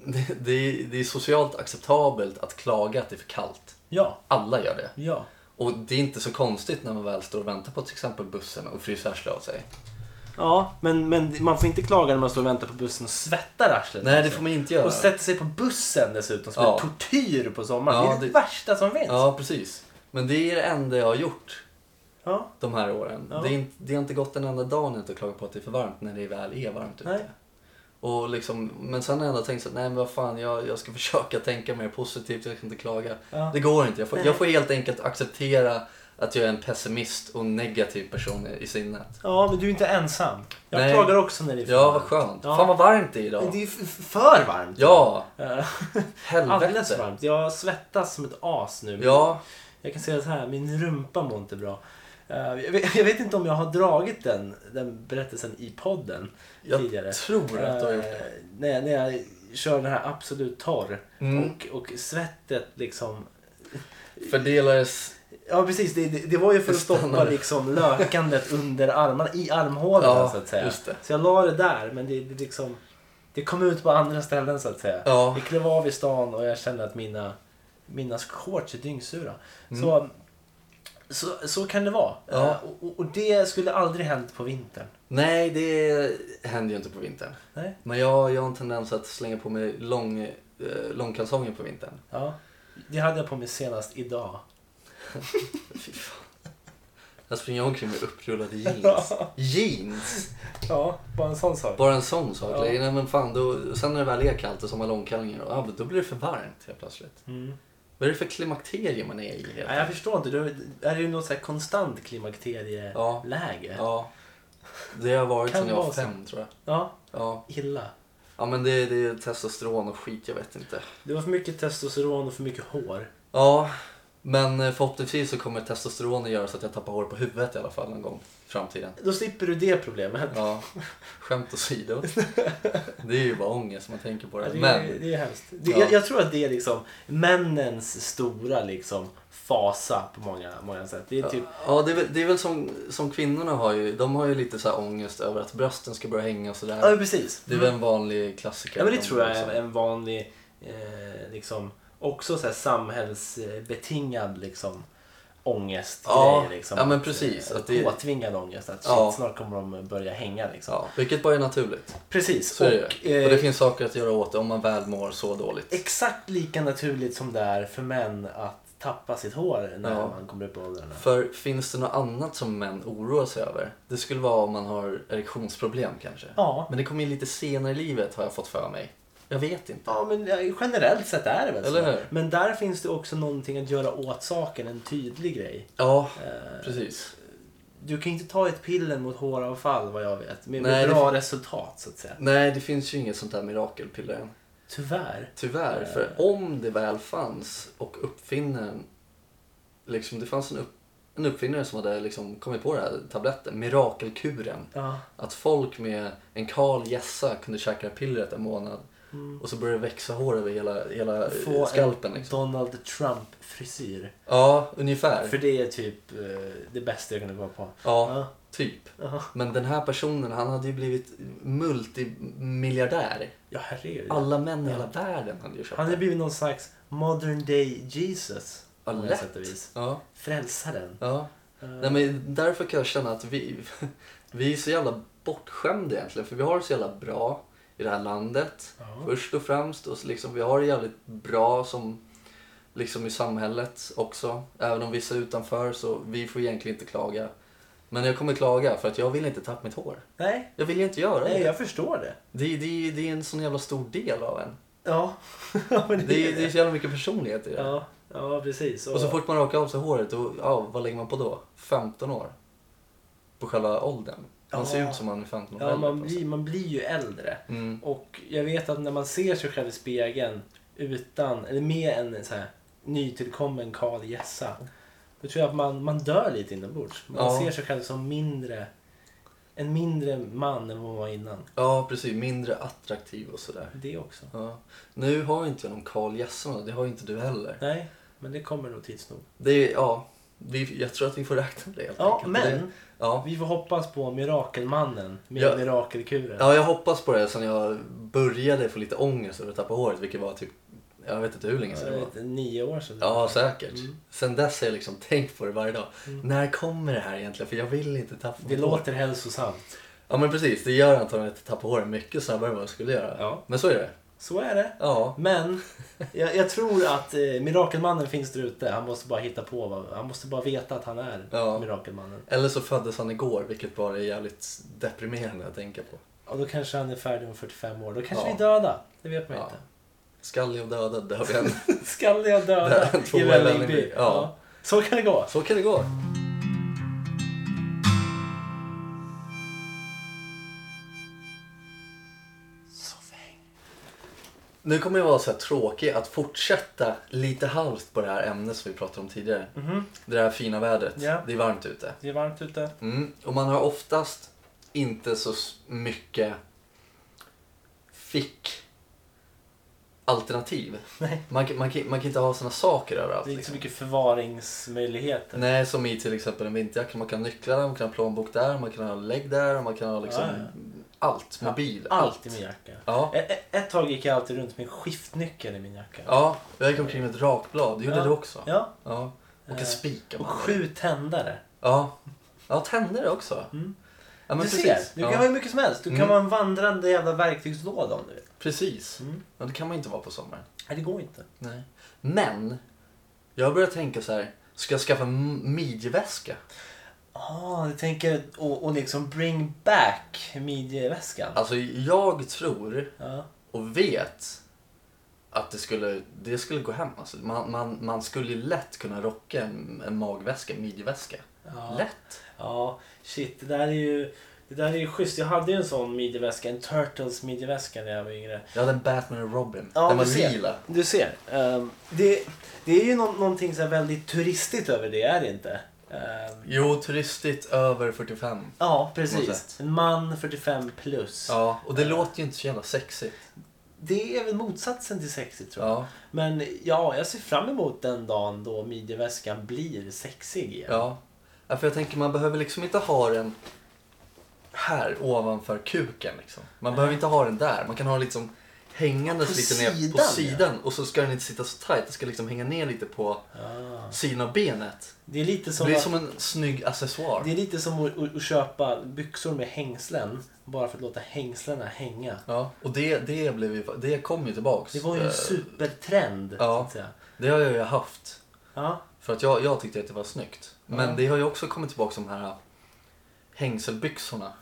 det, det, är- det är socialt acceptabelt att klaga att det är för kallt.
Ja.
Alla gör det.
Ja.
Och det är inte så konstigt när man väl står och väntar på till exempel bussen och fryser arslet av sig.
Ja, men, men man får inte klaga när man står och väntar på bussen och svettar arslet.
Nej, det får man inte göra.
Och sätter sig på bussen dessutom som
Ja.
är tortyr på sommaren.
Ja,
det är det,
det-
värsta som finns.
Ja, precis. Men det är det enda jag har gjort
Ja.
de här åren.
Ja.
Det, är inte, det har inte gått en enda dag när jag inte har klagat på att det är för varmt när det väl är varmt ute.
Nej.
Och liksom, men sen har jag ändå tänkt så att nej men vad fan, jag, jag ska *laughs* försöka tänka mer positivt, jag ska inte klaga.
Ja.
Det går inte. Jag får,
Nej.
jag får helt enkelt acceptera att jag är en pessimist och negativ person i, i sinnet.
ja, men du är inte ensam. Jag
Nej.
klagar också när det är för
Ja, vad
varmt.
skönt.
Ja.
Fan vad varmt det är
Men
idag.
Det är ju f- f- för varmt.
Ja,
Eh, Alldeles
helvete.
varmt. Jag svettas som ett as nu.
Ja,
Jag kan säga så här, min rumpa mår inte bra. Eh, Jag vet, jag vet inte om jag har dragit den, den berättelsen i podden
jag
tidigare.
tror att du har gjort det.
Eh, när, jag- när jag kör den här Absolut torr
Mm.
och, och svettet liksom...
Fördelades...
Ja precis, det, det, det var ju för att
Det stannar.
stoppa liksom lökandet under armarna, i armhålorna
Ja,
så att säga.
just det.
Så jag la det där men det, det liksom... Det kom ut på andra ställen så att säga.
Ja.
Vi klev av i stan och jag kände att mina, mina shorts är dyngsura. Så, så, så kan det vara.
Ja.
Eh, Och, och- och det skulle aldrig hänt på vintern.
Nej, det händer ju inte på vintern.
Nej?
Men jag, jag har en tendens att slänga på mig lång, eh, långkalsonger på vintern.
Ja. Det hade jag på mig senast idag.
Fy fan. Jag springer omkring med upprullade jeans. Jeans!
Ja, bara en sån sak.
Bara en sån sak.
Ja.
Nej, men fan, då, sen när det väl är kallt och så har man långkallingar, och, ja, men då blir det för varmt helt plötsligt.
Mm.
Vad är det för klimakterie man är i? Helt?
Nej, jag förstår inte. Du, är det ju något så här konstant klimakterieläge?
Ja. Det har varit
Kan
sedan jag var
vara så.
fem, tror jag.
ja.
Ja.
Illa.
ja, men det, det är testosteron och skit, jag vet inte.
Det var för mycket testosteron och för mycket hår.
Ja, men eh, förhoppningsvis så kommer testosteronet göra så att jag tappar hår på huvudet i alla fall en gång i framtiden.
Då slipper du det problemet.
Ja, *laughs*
*laughs*
skämt åsido. Det är ju bara ångest man tänker på det.
Det, är,
Men,
det är hemskt. Det,
Ja.
jag, jag tror att det är liksom männens stora liksom fasa på många, många sätt. Det är typ...
ja, det är väl, det är väl som, som kvinnorna har ju. De har ju lite så här ångest över att brösten ska börja hänga och
Ja,
sådär.
precis.
Det är väl Mm. en vanlig klassiker.
Ja, men det
De-
tror jag är en vanlig, eh, liksom, också så här samhällsbetingad liksom, ångest.
Ja,
liksom,
ja, men
Att,
precis,
eh,
att det-
Påtvingad ångest. Att shit,
Ja.
snart kommer de börja hänga. Liksom.
Ja, vilket bara är naturligt.
Precis.
Så
och,
är det.
eh,
Och det finns saker att göra åt det om man väl mår så dåligt.
Exakt lika naturligt som det är för män att tappa sitt hår när
Ja.
man kommer upp i åldrarna.
För finns det något annat som män oroar sig över? Det skulle vara om man har erektionsproblem kanske.
Ja.
Men det kommer ju lite senare i livet har jag fått för mig. Jag vet inte.
Ja, men eh, generellt sett är det väl
Eller
så.
hur?
Men där finns det också någonting att göra åt saken, en tydlig grej.
Ja,
Eh,
precis.
Du kan ju inte ta ett piller mot håravfall vad jag vet. Med,
Nej,
med
det
bra resultat så att säga.
Nej, det finns ju inget sånt där mirakelpiller än.
Tyvärr.
Tyvärr, för om det väl fanns och uppfinnaren... Liksom, det fanns en, upp, en uppfinnare som hade liksom kommit på den här tabletten, mirakelkuren.
Ja.
Att folk med en kal hjässa kunde käka det här pillret en månad
Mm.
och så började det växa hår över hela, hela eh,
Få
skalpen.
en
Liksom.
Donald Trump-frisyr.
Ja, ungefär.
För det är typ eh, det bästa jag kunde komma på.
Ja, typ.
Ja.
Men den här personen, han hade ju blivit multimiljardär.
Ja, herregud.
Alla män i hela världen hade ju köpt
Han har
det.
blivit någon slags modern day Jesus.
Ja,
på många
lätt.
sätt och vis.
Ja,
Frälsaren. Eh,
ja. Nej, men därför kan jag känna att vi, *laughs* vi är så jävla bortskämda egentligen. För vi har det så jävla bra i det här landet. Först och främst. Och så liksom, vi har det jävligt bra som, liksom i samhället också. Även om vissa är utanför så vi får egentligen inte klaga. Men jag kommer klaga för att jag vill inte tappa mitt hår.
Nej,
Jag vill ju inte göra
nej,
det.
jag förstår det.
Det, det. det är en sån jävla stor del av en.
Ja, *laughs* Ja, men
Det, är- det är så jävla mycket personlighet i det.
Ja, ja precis.
Och så fort man rakar av sig håret, då, ja, vad lägger man på då? 15 år? På själva åldern. Man
Ja.
ser ut som man är 15 år
ja,
äldre
man,
på något sätt.
blir, man blir ju äldre.
Mm.
Och jag vet att när man ser sig själv i spegeln utan, eller med en så här, nytillkommen kal hjässa. Då tror jag att man, man dör lite inombords. Man
Ja.
ser sig själv som mindre en mindre man än vad hon var innan.
Ja, precis. Mindre attraktiv och sådär.
Det också.
Ja. Nu har inte jag någon Carl Jesson det har inte du heller.
Nej, men det kommer nog tids nog.
Det är, ja, vi, jag tror att vi får räkna med det helt
Ja,
enkelt. Det,
men
ja.
vi får hoppas på mirakelmannen med
Ja.
mirakelkuren.
ja, jag hoppas på det sen jag började få lite ångest över att tappa håret, vilket var typ, jag vet inte hur länge sedan det var.
Eh, Nio år sedan.
Ja, säkert.
Mm.
Sen dess har jag liksom tänkt på det varje dag. När kommer det här egentligen? För jag vill inte tappa
Det
mitt hår.
låter hälsosamt.
Ja, men precis. Det gör antagligen att jag tappar håret mycket snabbare än vad jag skulle göra.
Ja.
Men så är det.
Så är det.
Ja. *laughs*
Men jag, jag tror att eh, Mirakelmannen finns där ute. Han måste bara hitta på. vad- Han måste bara veta att han är
Ja.
Mirakelmannen.
Eller så föddes han igår, vilket bara är jävligt deprimerande att tänka på.
Och då kanske han är färdig om 45 år. Då kanske
Ja.
vi är döda. Det vet man
Ja.
inte. *laughs*
Skallig och dödad, där har vi en.
Skalliga döda
Där, två
i
i
Vällingby.
Vällingby,
Ja.
ja.
Så kan det gå.
*laughs* Så kan det gå. Nu kommer jag vara så här tråkig att fortsätta lite halvt på det här ämnet som vi pratade om tidigare. Det här fina vädret.
Mhm. Ja.
Det är varmt ute.
Det är varmt ute.
Mm. Och man har oftast inte så s- mycket fick alternativ.
Nej.
Man, kan- man, kan, man kan inte ha såna saker överallt.
Det är inte så
liksom.
mycket förvaringsmöjligheter.
Nej, som i till exempel en vinterjacka. Man kan ha nycklar där, man kan ha plånbok där, man kan ha lägg där, man kan ha liksom
Ah, Ja, Ah. ja.
allt. Mobil, allt.
Allt i min jacka.
Ja.
E- e- Ett tag gick jag alltid runt med en skiftnyckel i min jacka.
ja, jag gick omkring med ett rakblad. Det gjorde
Ja.
du också.
Ja,
Ja. Och
Eh,
en spik. om
och
man vill.
sju tändare.
Ja. ja, tänder också. Mm. Ja, men
du
precis.
ser, du
ja.
kan ha hur mycket som helst. Du kan
Mm.
vara en vandrande jävla verktygslåda om du vill.
Precis.
Mm.
Men det kan man ju inte vara på sommaren.
Nej, det går inte.
Nej. Men, jag börjar tänka så här. Ska jag skaffa en midjeväska?
Ah, du tänker och, och liksom bring back midjeväskan.
Alltså, jag tror
Ja.
och vet att det skulle, det skulle gå hem. Alltså, man, man, man skulle lätt kunna rocka en, en magväska, en midjeväska.
Ja.
Lätt.
ja, shit. Det där är ju... Det där är ju schysst. Jag hade ju en sån midjeväska, en Turtles midjeväska när jag var yngre.
Jag hade en Batman och Robin.
Ja,
Den var
du ser.
lila.
Du ser. ehm, det, det är ju nå- någonting så här väldigt turistigt över det, är det inte? Ehm,
Jo, turistigt över 45.
ja,
Något
precis.
sätt.
En man 45 plus.
Ja, och det låter ju inte så jävla sexigt.
Det är väl motsatsen till sexigt tror jag.
Ja,
Men ja, jag ser fram emot den dagen då midjeväskan blir sexig igen.
ja. ja. För jag tänker, man behöver liksom inte ha den här ovanför kuken. Liksom. Man behöver inte ha den där. Man kan ha den liksom hängandes
På
lite ner
sidan,
på
ja.
sidan. Och så ska den inte sitta så tajt. Den ska liksom hänga ner lite på
Ah.
sidan av benet.
Det är lite som,
det är
att,
som en snygg accessoar.
det är lite som att, att, att köpa byxor med hängslen bara för att låta hängslena hänga.
Ja, och det, det, blev ju, det kom ju tillbaks.
Det var ju
Eh,
en supertrend. så
ja.
att säga.
Det har jag ju haft.
Ja.
För att jag, jag tyckte att det var snyggt. Men
Ja.
det har ju också kommit tillbaks de här äh, hängselbyxorna.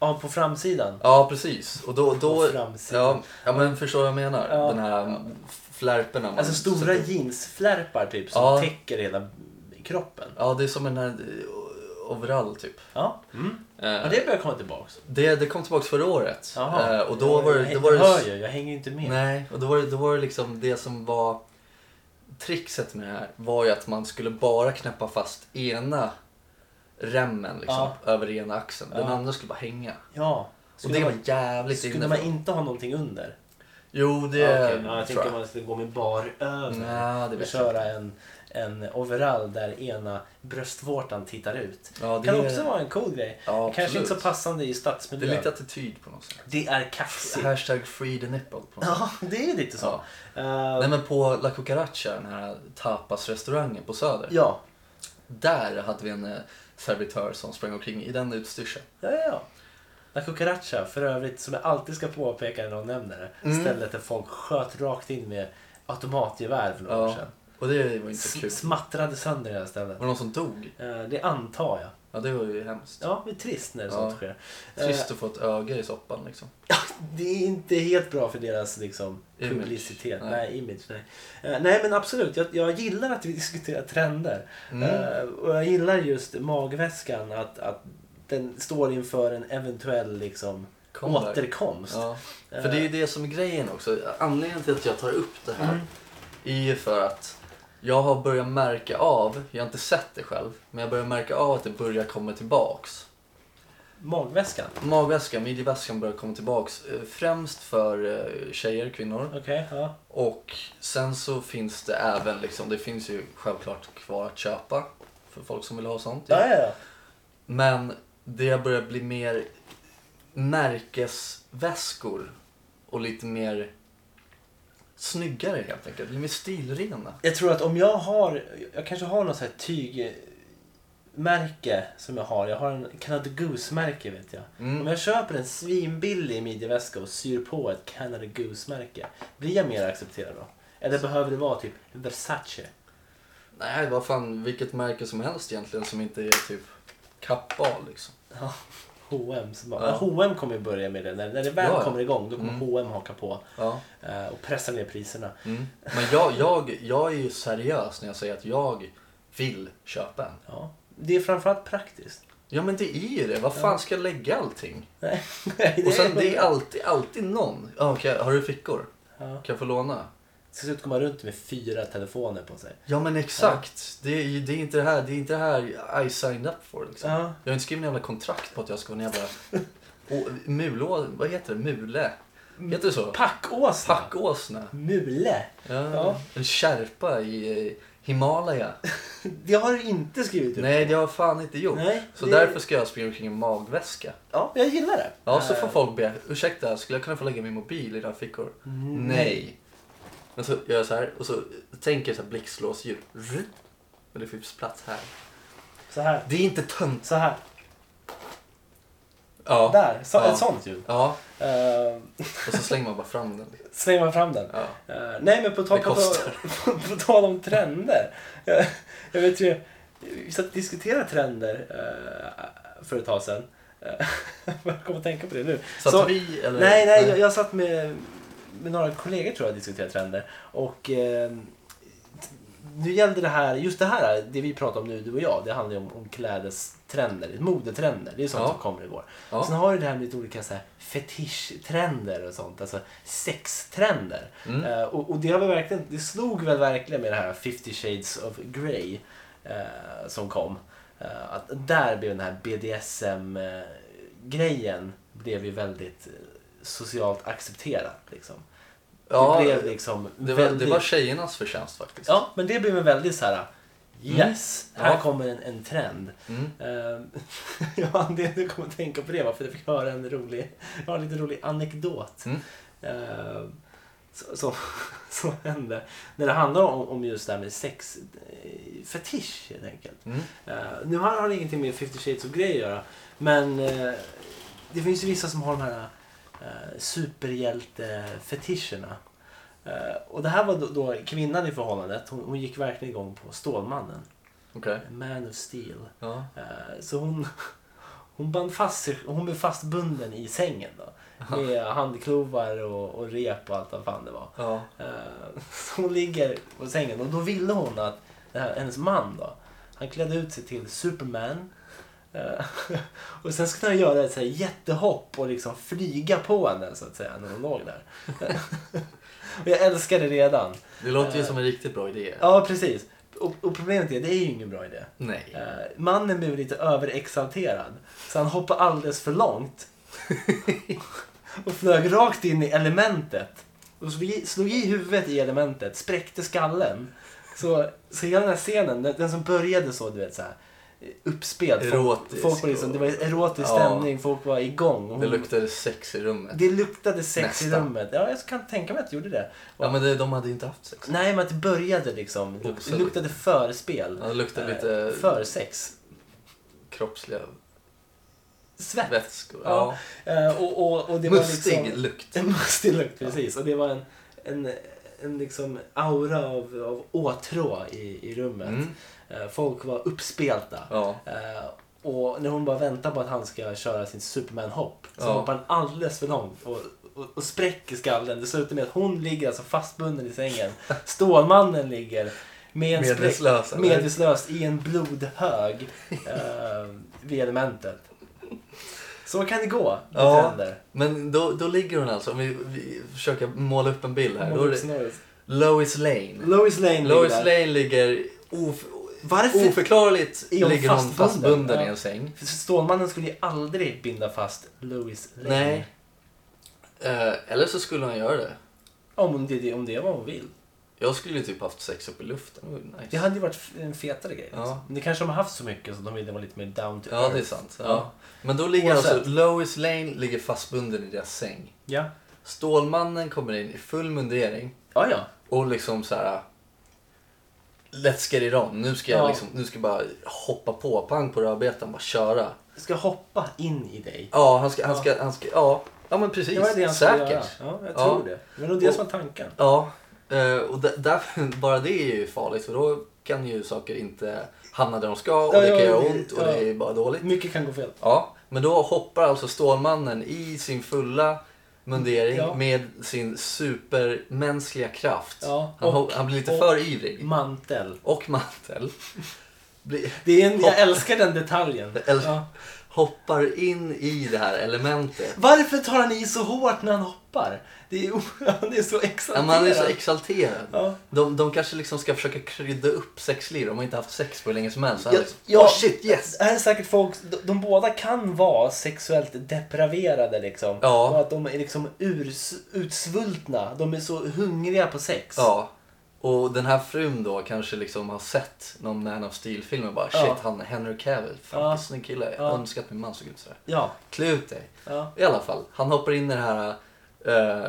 ja, på framsidan.
Ja, precis. Och då... då
På framsidan.
ja, ja, men förstår vad jag menar?
Ja.
Den här flärperna. man
Alltså stora
sätter-
jeansflärpar typ som
Ja.
täcker hela kroppen.
Ja, det är som en här eh, overall typ.
Ja,
Eh,
ja det börjar komma tillbaks.
det, det kom tillbaks förra året.
Jaha.
Eh, och då var det...
jag,
Då var det
jag hör ju, jag hänger ju inte med.
Nej, och då var, det, då var det liksom det som var trixet med det här var ju att man skulle bara knäppa fast ena remmen liksom, över ena axeln. Den
Ja.
andra skulle bara hänga.
Ja.
Och
Skulle
det var
man,
jävligt
skulle man
inne.
inte ha någonting under?
Jo, det
Ja, okej. ja, jag
tror
tänkte
jag.
man skulle gå med bar över.
Nej, det
och
vet jag
köra
inte.
en, en overall där ena bröstvårtan tittar ut.
Ja, det
kan
är-
också vara en cool grej.
Ja,
Kanske
absolut.
inte så passande i
Det
stadsmiljö.
är lite attityd på något sätt.
Det är kaxigt.
Hashtag free the nipple. På något sätt.
Ja, det är lite så.
Ja.
Eh,
Nej men på La Cucaracha, den här tapasrestaurangen på Söder.
ja.
Där hade vi en eh, servitör som sprang omkring i den utstyrseln.
Ja, ja, ja. La Cucaracha, för övrigt, som jag alltid ska påpeka när någon nämner det.
Mm.
Stället där folk sköt rakt in med automatgevär för några år
Ja.
sedan.
Och det var inte så
S-
kul.
smattrade sönder det här stället.
Var det någon som dog?
Eh, det antar jag.
Ja, det var ju hemskt.
Ja, det är trist när
Ja.
sånt sker. Eh,
Trist att få ett öga i soppan liksom.
Det är inte helt bra för deras liksom,
Image.
publicitet. Nej.
Nej.
image. Nej. Eh, nej, men absolut. Jag, jag gillar att vi diskuterar trender.
Mm.
Eh, och jag gillar just magväskan. Att, att den står inför en eventuell liksom,
Comeback.
återkomst. Eh.
Ja. För det är ju det som är grejen också. Anledningen till att jag tar upp det
Eh, Mm.
här är ju för att jag har börjat märka av, jag har inte sett det själv, men jag börjar märka av att det börjar komma tillbaks.
Magväskan?
Magväskan, midjeväskan börjar komma tillbaks. eh, Främst för eh, tjejer, kvinnor.
Okej, ja.
Och sen så finns det även liksom, det finns ju självklart kvar att köpa för folk som vill ha sånt.
Ja, ja, ja.
Men det har börjat bli mer märkesväskor och lite mer snyggare helt enkelt. Lite mer stilrena.
Jag tror att om jag har, jag kanske har något så här tygmärke som jag har. Jag har en Canada Goose-märke vet jag.
Mm.
Om jag köper en svinbillig midjeväska och syr på ett Canada Goose-märke. Blir jag mer accepterad då? Eller behöver det vara typ Versace?
Nej, vad fan, vilket märke som helst egentligen som inte är typ kappa liksom.
Ja, H&M som bara,
Ja.
ja. H&M kommer ju börja med det. När, när det väl
Ja, ja.
kommer igång då kommer
Mm.
H&M haka på
Ja.
eh, och pressa ner priserna.
Mm. Men jag, jag, jag är ju seriös när jag säger att jag vill köpa en.
Ja. Det är framförallt praktiskt. *laughs*
Ja men det är ju det. Vad fan ska jag lägga allting?
Nej, nej,
Och sen det är alltid, alltid någon. Ja, okej, har du fickor?
Ja.
Kan jag få låna?
Till slut kommer man runt med fyra telefoner på sig.
Ja men exakt. Det, är, ju- det är inte det här, det är inte det här I signed up for liksom.
Ja.
Jag har inte skrivit en jävla kontrakt på att jag ska vara en jävla *laughs* och, mulå, vad heter det? Mule? Heter det så?
Packåsna!
Packåsna.
Mule!
Ja.
Ja.
En kärpa i eh, Himalaya.
Det har du inte skrivit upp.
Nej det har jag fan inte gjort.
Typ. Nej,
så
det-
därför ska jag springa omkring i magväska.
Ja, jag gillar det.
Ja, så
Eh,
får folk be, ursäkta, skulle jag kunna få lägga min mobil i dina fickor? Nej. Men så gör jag så här och så tänker jag så här blixtlåsljud. Rrr. Men det finns plats här.
Så här.
Det är inte tönt.
Så här.
Ja.
Där. Så,
Ja.
Ett sånt ljud.
Ja,
Eh,
och så slänger man bara fram den.
slänger man fram den.
Ja.
Eh, nej, men på tal,
Det
på,
kostar.
tal- *laughs* på tal om trender. Jag, jag vet ju, vi satt och diskuterade trender eh, för ett tag sedan. Eh, *laughs* jag kommer att tänka på det nu.
Så,
Så-
att vi eller?
Nej, nej, jag, jag satt med, med några kollegor tror jag och diskuterade trender. Och eh, t- nu gällde det här, just det här, det vi pratar om nu du och jag, det handlar ju om, om klädestrender, modetrender. Det är sånt
Ja.
som kommer i vår.
Ja.
Sen har du det här med lite olika så här, fetischtrender och sånt, alltså sextrender.
Mm.
Eh, och, och det har vi verkligen, det slog väl verkligen med det här 50 shades of Grey eh, som kom. Eh, att där blev den här BDSM-grejen blev ju väldigt eh, socialt accepterat. Liksom.
Ja,
det blev liksom
det, var,
väldigt...
det var tjejernas förtjänst faktiskt.
Ja, men det blev en väldigt så här Yes,
Mm.
här
Ja.
kommer en, en trend.
Mm.
Ehm, *laughs* jag har anledning att komma att tänka på det va, för jag fick höra en rolig, jag har en lite rolig anekdot.
Mm.
Ehm, så- *laughs* som, som hände när det handlar om, om just det här med sex eh, fetisch helt enkelt.
Mm.
Eh, nu har, har det ingenting med 50 shades of Grey att göra men eh, det finns ju vissa som har de här eh, superhjältefetischerna. Eh, och det här var då, då kvinnan i förhållandet, hon, hon gick verkligen igång på Stålmannen,
Okej.
Man of Steel.
Ja.
Eh, Så hon, *laughs* hon, band fast, sig- hon blev fastbunden i sängen då. Med handklovar och, och rep och allt vad fan det var.
Ja.
Eh, *laughs* Så hon ligger på sängen och då ville hon att den här, hennes man då, han klädde ut sig till Superman. Eh, *laughs* Och sen skulle han göra ett så här jättehopp och liksom flyga på henne så att säga när hon låg där. *laughs* Och jag älskar det redan.
Det låter ju som en riktigt bra idé.
Eh. Ja, precis. Och, och problemet är, det är ju ingen bra idé.
Nej.
Eh, mannen blev lite överexalterad så han hoppade alldeles för
*laughs*
långt och flög rakt in i elementet. Och slog i, slog i huvudet i elementet, spräckte skallen. Så, så hela den här scenen, den, den som började så, du vet så här eh, uppspel. Folk-
Erotisk
Folk var liksom, det
och-
var erotisk
Ja.
stämning, folk var igång. Och
Det
hon,
luktade sex i rummet.
det luktade sex i
Nästan.
rummet. Ja, jag kan tänka mig att det gjorde det.
Ja men det, de hade inte haft sex.
Nej, men att det började liksom. luk-
Absolut.
luktade förspel.
Ja, det luktade
Eh,
lite-
Försex. *laughs*
Kroppsliga
Svett.
vätskor.
Ja.
Ja.
Eh, och, och, och det
Mustig
var liksom... *laughs*
lukt.
En mustig lukt, precis. Och det var en, en, en liksom aura av, av åtrå i, i rummet.
Mm.
Eh, folk var uppspelta.
Ja.
Eh, och när hon bara väntar på att han ska köra sin Superman-hopp så
Ja.
hoppar han alldeles för långt och, och, och spräcker skallen. Det slutar med att hon ligger alltså fastbunden i
*laughs*
sängen. Stålmannen ligger med en spräck-
Medvetslös, eller?
medvetslös i en blodhög eh, vid elementet. Så kan det gå med
Ja,
trender.
men då, då ligger hon alltså, om vi, vi försöker måla upp en bild här. Då är det
Snurrigt.
Lois Lane.
Lois Lane ligger
Lois
där.
Lane ligger of, Varför? Oförklarligt
Är hon
ligger hon
fastbunden?
fastbunden i
Ja.
en säng.
För Stålmannen skulle ju aldrig binda fast Louis Lane.
Nej. Eh, eller så skulle han göra det.
Om det, om det är vad hon vill.
Jag skulle ju typ haft sex upp i luften. Det vore
Det
Nice.
hade ju varit f- en fetare grej.
Ja.
Liksom. Men det kanske de har haft så mycket så de ville vara lite mer down to
Ja,
earth.
det är sant.
Ja.
Ja. Men då ligger alltså
Oavsett.
Lois Lane ligger fastbunden i deras säng.
Ja.
Stålmannen kommer in i full mundering
Ja, ja.
och liksom så här. Let's get it on. Nu ska jag
Ja.
liksom, nu ska jag bara hoppa på. Pang på rödbetan, bara köra.
Ska hoppa in i dig.
Ja, han ska, han ska, han ska, ja. Ja men precis.
Det var det han skulle göra.
Säkert.
Ja, jag
Ja.
tror det. Det var nog det
Och-
som var tanken.
Ja, eh, och där, där, *laughs* bara det är ju farligt för då kan ju saker inte hamna där de ska och
Ja,
det kan
ja,
göra
det-
ont och
ja.
det är bara dåligt.
Mycket kan gå fel.
Ja, men då hoppar alltså Stålmannen i sin fulla mundering
Ja.
med sin supermänskliga kraft.
Ja,
han,
och-
ho- han blir lite
och-
för ivrig.
Mantel.
Och mantel. *laughs* Blir-
Det är en,
Hopp.
jag älskar den detaljen.
Eller-
Ja.
Hoppar in i det här elementet.
Varför tar han i så hårt när han hoppar? Det är, o- *laughs* han är så
Ja,
exalterad.
man är så exalterad.
Ja.
De, de kanske liksom ska försöka krydda upp sexliv. De har inte haft sex på hur länge som helst. Så
Ja,
han liksom,
ja.
"Oh, shit, yes!
Det här är säkert folk, de, de båda kan vara sexuellt depraverade liksom.
Ja.
Och att de är liksom urs, utsvultna. De är så hungriga på sex.
Ja. Och den här frun då kanske liksom har sett någon Man of Steel-film och bara
Ja.
shit, han Henry Cavill, fan
Ja.
vilken snygg kille. Jag
Ja.
önskar att min man såg ut sådär.
Ja.
Klä ut dig.
ja.
I alla fall, han hoppar in i det här, eh,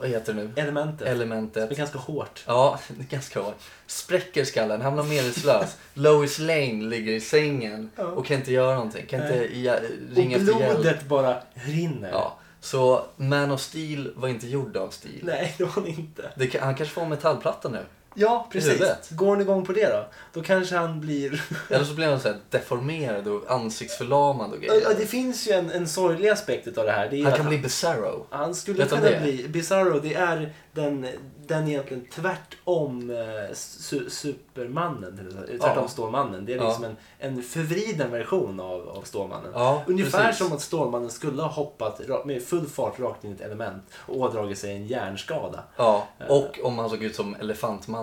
vad heter det nu,
Elementet. det är
elementet.
ganska hårt.
Ja, det är ganska hårt. Spräcker skallen,
*laughs*
hamnar medvetslös. Lois Lane ligger i sängen
Ja.
och kan inte göra någonting. Kan inte ja, ringa
och
efter hjälp.
blodet bara rinner.
Ja. Så Man of Steel var inte gjord av steel.
Nej, det var han inte.
Det, kan- han kanske får en metallplatta nu.
Ja, precis.
Huvudet.
Går han igång på det då? Då kanske han blir...
Eller så blir han så här deformerad och ansiktsförlamad och
Ja, det
grejer.
finns ju en, en sorglig aspekt av det här. Det är
Han
att
kan bli Bizarro.
Han skulle
Vet du
kunna
om det är?
bli Bizarro. Det är den, den egentligen tvärtom eh, su, Supermannen. eller så- Tvärtom
Ja.
Stålmannen. Det är
Ja.
liksom en, en förvriden version av, av Stålmannen.
Ja,
Ungefär
precis.
som att Stålmannen skulle ha hoppat ra- med full fart rakt in i ett element och ådragit sig en hjärnskada.
Ja, och om han såg ut som Elefantmannen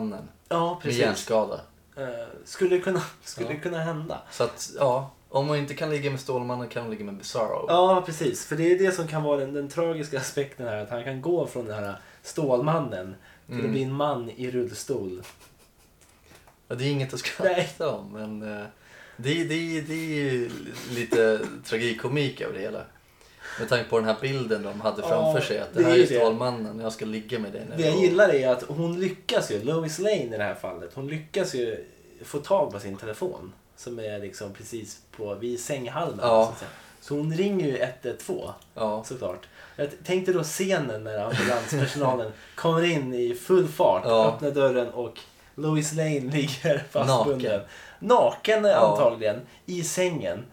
Ja,
med
precis.
hjärnskada.
Eh, skulle kunna, skulle
Ja.
kunna hända.
Så att, ja. Om hon inte kan ligga med Stålmannen kan hon ligga med Bizarro.
Ja, precis. För det är det som kan vara den, den tragiska *laughs* aspekten här. Att han kan gå från den här Stålmannen till att
Mm.
bli en man i rullstol.
Ja, Det är inget att
Nej.
skratta om, men eh, det, det, det är ju lite tragikomik över det hela. Med tanke på den här bilden de hade
Ja,
framför sig, att det,
det
här
är ju
är
det.
Stålmannen, jag ska ligga med dig nu.
Det jag
Och-
gillar är att hon lyckas ju, Lois Lane i det här fallet, hon lyckas ju få tag på sin telefon. Som är liksom precis på, vid sänghalmen.
Ja.
Så, att säga. så hon ringer ju 112
Ja.
såklart. Jag t- tänkte då scenen när ambulanspersonalen *laughs* kommer in i full fart,
Ja.
öppnar dörren och Lois Lane *laughs* ligger fastbunden.
Naken.
Naken
Ja.
antagligen, i sängen.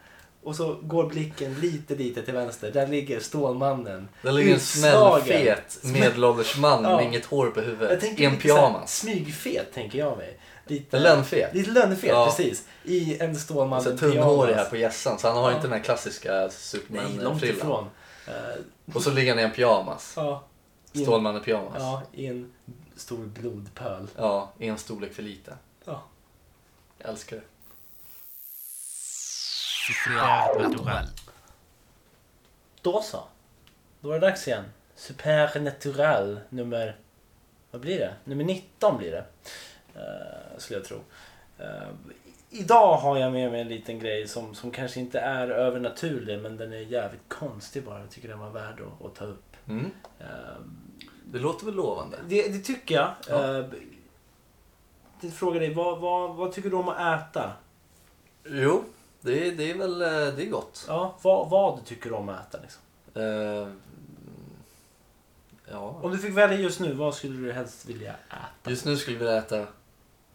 Och så går blicken lite, lite till vänster. Där ligger Stålmannen.
Där ligger en
Utslagen.
smällfet medelålders man
Ja.
med inget hår på
Jag
huvudet
tänker
i en
lite så här
pyjamas.
Smygfet tänker jag mig. Lite
En lönnfet.
Lite lönnfet,
Ja.
precis. I en
Och så
Stålmannen
tunnhårig här
pyjamas.
på hjässan så han har
Ja.
inte den här klassiska
Nej, långt
Superman-frillan.
ifrån. Eh,
Och så ligger han i en pyjamas.
ja, i en-
Stålmannen-pyjamas. Ja.
Ja, i en stor blodpöl.
i en storlek för lite.
Ja.
Jag älskar det.
Då så. Då var det dags igen. Supernatural nummer... Vad blir det? Nummer 19 blir det. Eh, skulle jag tro. Eh, idag har jag med mig en liten grej som, som kanske inte är övernaturlig men den är jävligt konstig bara. Jag tycker den var värd att, att ta upp.
Mm.
Eh,
Det låter väl lovande?
det, det tycker jag.
Ja.
Eh, jag frågar dig, vad, vad, vad tycker du om att äta?
Jo, det, det är väl eh, det är gott.
Ja, vad, vad tycker du om att äta? Liksom?
Eh, ja.
Om du fick välja just nu, vad skulle du helst vilja äta?
Just nu skulle vi vilja äta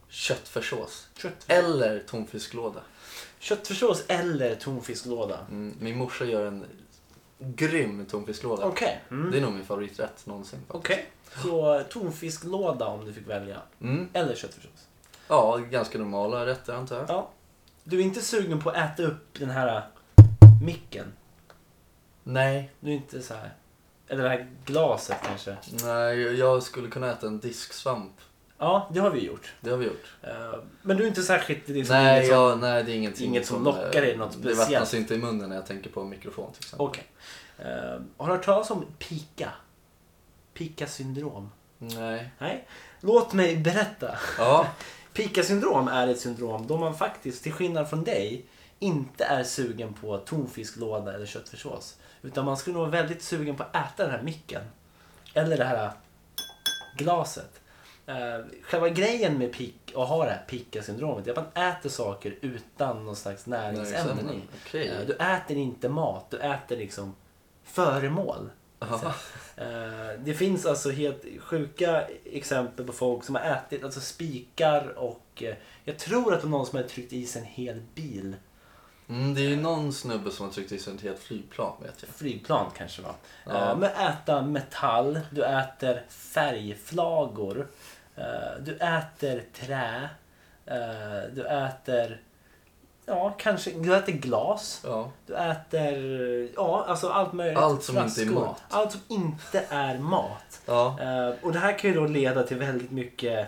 köttfärssås.
Kött.
Eller tonfisklåda.
Köttfärssås eller tonfisklåda?
Mm, min morsa gör en grym tonfisklåda.
Okej. Mm.
Det är nog min favoriträtt någonsin. faktiskt.
Okej. Så eh, tonfisklåda om du fick välja.
Mm.
Eller köttfärssås.
Ja, ganska normala rätter antar jag.
Ja. Du är inte sugen på att äta upp den här eh, micken?
Nej,
Du är inte så här... Eller det här glaset kanske?
nej, jag skulle kunna äta en disksvamp.
Ja, det har vi gjort.
Det har vi gjort.
Eh, Men du är inte särskilt... Det är liksom
nej,
inget som-
jag, nej, det är ingenting eh,
inget som lockar dig något
Det vattnas
speciellt.
inte i munnen när jag tänker på en mikrofon till exempel.
Okej. Eh, har du hört talas om pika? Pika-syndrom?
Nej.
Nej. Låt mig berätta.
Ja,
Pika-syndrom är ett syndrom då man faktiskt, till skillnad från dig, inte är sugen på tonfisklåda eller köttfärssås. Utan man skulle nog vara väldigt sugen på att äta den här micken. Eller det här äh, glaset. Eh, Själva grejen med pik- att ha det här pika-syndromet är att man äter saker utan någon slags näringsämnen i.
näringsämnen. Okej.
Eh, Du äter inte mat, du äter liksom föremål.
Aha.
Eh, Det finns alltså helt sjuka exempel på folk som har ätit alltså spikar och eh, jag tror att det var någon som hade tryckt i sig en hel bil.
Mm, det är ju någon snubbe som har tryckt i sig ett helt flygplan vet jag.
Flygplan kanske va?
Ja.
Eh, Men äta metall, du äter färgflagor, eh, du äter trä, eh, du äter Ja, kanske. Du äter glas.
Ja.
Du äter eh, ja, alltså allt möjligt.
Allt som inte är mat.
Allt som inte är mat.
Ja.
Eh, och det här kan ju då leda till väldigt mycket,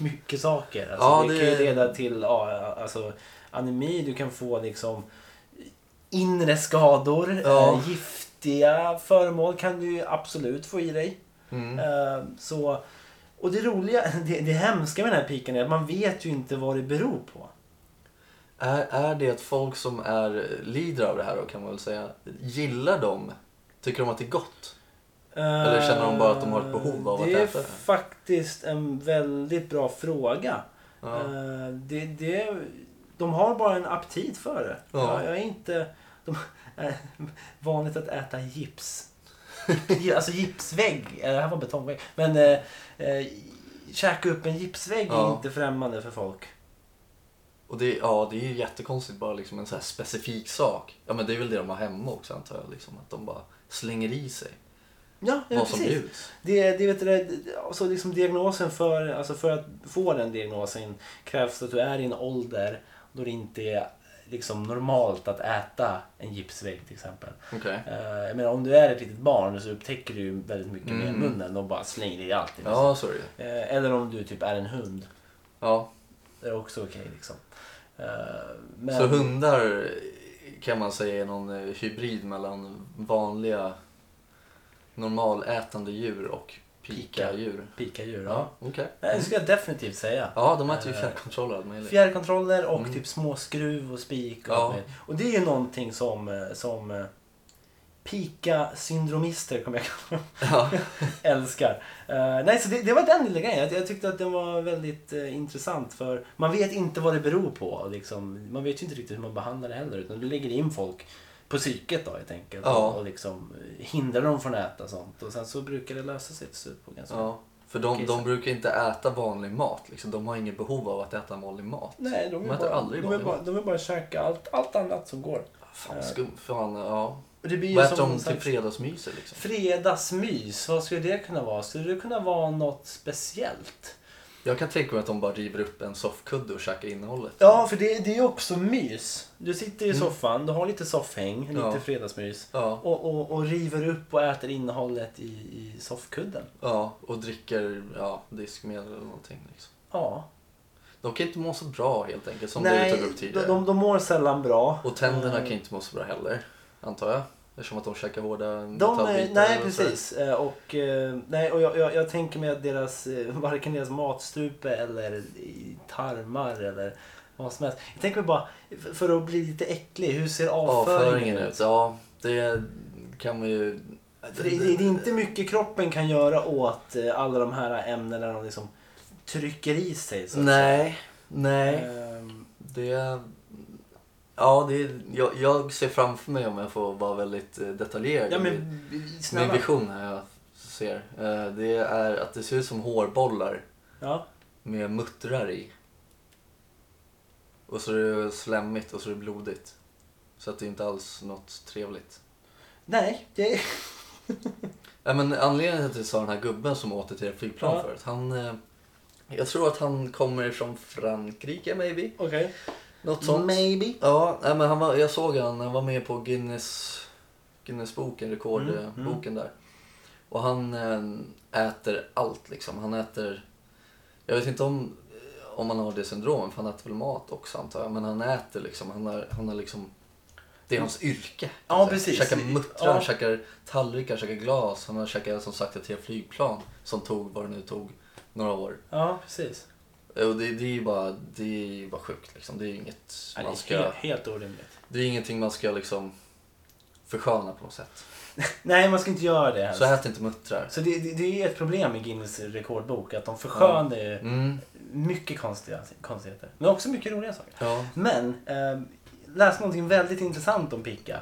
mycket saker. Alltså,
Ja,
det,
det-
kan ju leda till ja, alltså, anemi, du kan få liksom inre skador,
Ja.
eh, giftiga föremål kan du ju absolut få i dig.
Mm.
Eh, så, och det roliga, *laughs* det, det hemska med den här piken är att man vet ju inte vad det beror på.
Är, är det att folk som är lider av det här då kan man väl säga, gillar de, tycker de att det är gott? Eller känner de bara att de har ett behov av att
Eh, det
äta
är
det?
faktiskt en väldigt bra fråga.
Ja.
Eh, Det, det, de har bara en aptit för det.
Ja.
Jag, jag är inte... De, *laughs* eh, vanligt att äta gips. Gi- alltså gipsvägg. Eh, Det här var betongvägg. Men äh, äh, käka upp en gipsvägg är
Ja.
inte främmande för folk.
Och det, ja, det är ju jättekonstigt bara liksom en så här specifik sak. Ja men det är väl det de har hemma också antar jag. Liksom, att de bara slänger i sig
Ja, ja
vad som
precis.
bjuds.
Det, det, vet du, det, alltså liksom diagnosen för, alltså för att få den diagnosen krävs att du är i en ålder då det inte är liksom normalt att äta en gipsvägg till exempel.
Okej.
Eh, Jag menar, om du är ett litet barn så upptäcker du ju väldigt mycket med
Mm.
munnen och bara slänger i allt. i munnen.
Ja, så är det ju.
Eh, Eller om du typ är en hund.
Ja.
Det är också okej liksom. Eh, Men,
Så hundar kan man säga är någon eh, hybrid mellan vanliga normalätande djur och pikadjur.
Pikadjur, ja.
Ja, okej.
Nej, Det skulle jag definitivt säga.
Ja, de äter ju
Eh,
fjärrkontroll och allt möjligt.
Fjärrkontroller och
Mm.
typ småskruv och spik. Och,
Ja.
allt möjligt. och det är ju någonting som, eh, som eh, Pika-syndromister kommer jag kalla dem.
Ja.
*laughs* Älskar. Eh, nej, så det, det var den lilla grejen. Jag, jag tyckte att den var väldigt eh, intressant för man vet inte vad det beror på. Liksom. Man vet ju inte riktigt hur man behandlar det heller. Utan du lägger in folk på psyket då helt enkelt.
Ja.
Och, och liksom eh, hindrar dem från att äta sånt. Och sen så brukar det lösa sig till slut på ganska
ja. För
Okej,
de,
så-
de brukar inte äta vanlig mat. Liksom. De har inget behov av att äta vanlig mat.
Nej, de
De
vill,
äter
bara, de,
aldrig
vill
vanlig
bara, de vill bara käka allt, allt annat som går.
Fan, skum. Fan, ja.
Och det blir ju
Vad
som
äter de
någon
till
slags-
fredagsmyset liksom?
Fredagsmys, vad skulle det kunna vara? Skulle det kunna vara något speciellt?
Jag kan tänka mig att de bara river upp en soffkudde och käkar innehållet.
Ja, för det, det är ju också mys. Du sitter i soffan, du har lite soffhäng, lite
Mm. Ja.
fredagsmys.
Ja,
Och, och, och river upp och äter innehållet i, i soffkudden.
ja, och dricker ja, diskmedel eller någonting. Liksom.
Ja.
De kan inte må så bra helt enkelt som du tog upp
de,
tidigare.
de, de mår sällan bra.
Och tänderna
Eh,
kan inte må så bra heller, antar jag. Eftersom att de käkar hårda
De,
metallbitar.
eh, nej,
och så.
precis. Eh, Och, eh, nej, och jag, jag, jag tänker mig att deras, eh, varken deras matstrupe eller i tarmar eller vad som helst. Jag tänker mig bara, f- för att bli lite äcklig, hur ser avföringen
Avföringen
ut?
ut, ja. Det kan man ju...
För Alltså, det, det, det är inte mycket kroppen kan göra åt eh, alla de här ämnena de liksom trycker i sig. Så att
Nej, nej.
säga. Ehm,
Det... Ja, det är, jag, jag ser framför mig om jag får vara väldigt eh, detaljerad.
Ja,
i
men
Min
snälla.
vision här jag ser, eh, det är att det ser ut som hårbollar
Ja.
med muttrar i. Och så är det slemmigt och så är det blodigt. Så att det är inte alls något trevligt.
Nej, det,
Nej, men anledningen till att jag sa den här gubben som åt det till flygplan
Ja.
förut. Han, eh, jag tror att han kommer från Frankrike maybe.
*laughs* okej.
Något sånt.
Maybe.
Ja, nej, men han var, jag såg han, han var med på Guinness, Guinness-boken, rekordboken
Mm,
eh, där. Och han eh, äter allt liksom. Han äter Jag vet inte om, eh, om han har det syndromet, för han äter väl mat också antar jag. Men han äter liksom, han har, han har liksom... Det är hans yrke.
Ja,
Alltså,
precis.
Käkar muttrar,
Ja.
han käkar tallrikar, käkar glas. Han har käkat som sagt ett helt flygplan som tog, vad det nu tog, några år.
Ja, precis.
Och det, det är ju bara, det är ju bara sjukt liksom. Det är ju inget
Ja,
man
det är
ska,
helt, helt orimligt.
det är ingenting man ska liksom försköna på något sätt.
Nej, man ska inte göra det helst.
Så ät inte muttrar.
Så det, det, det är ett problem med Guinness rekordbok, att de förskönar ju
Mm,
mycket konstiga konstigheter. Men också mycket roliga saker.
ja.
Men, eh, läste någonting väldigt intressant om Picka.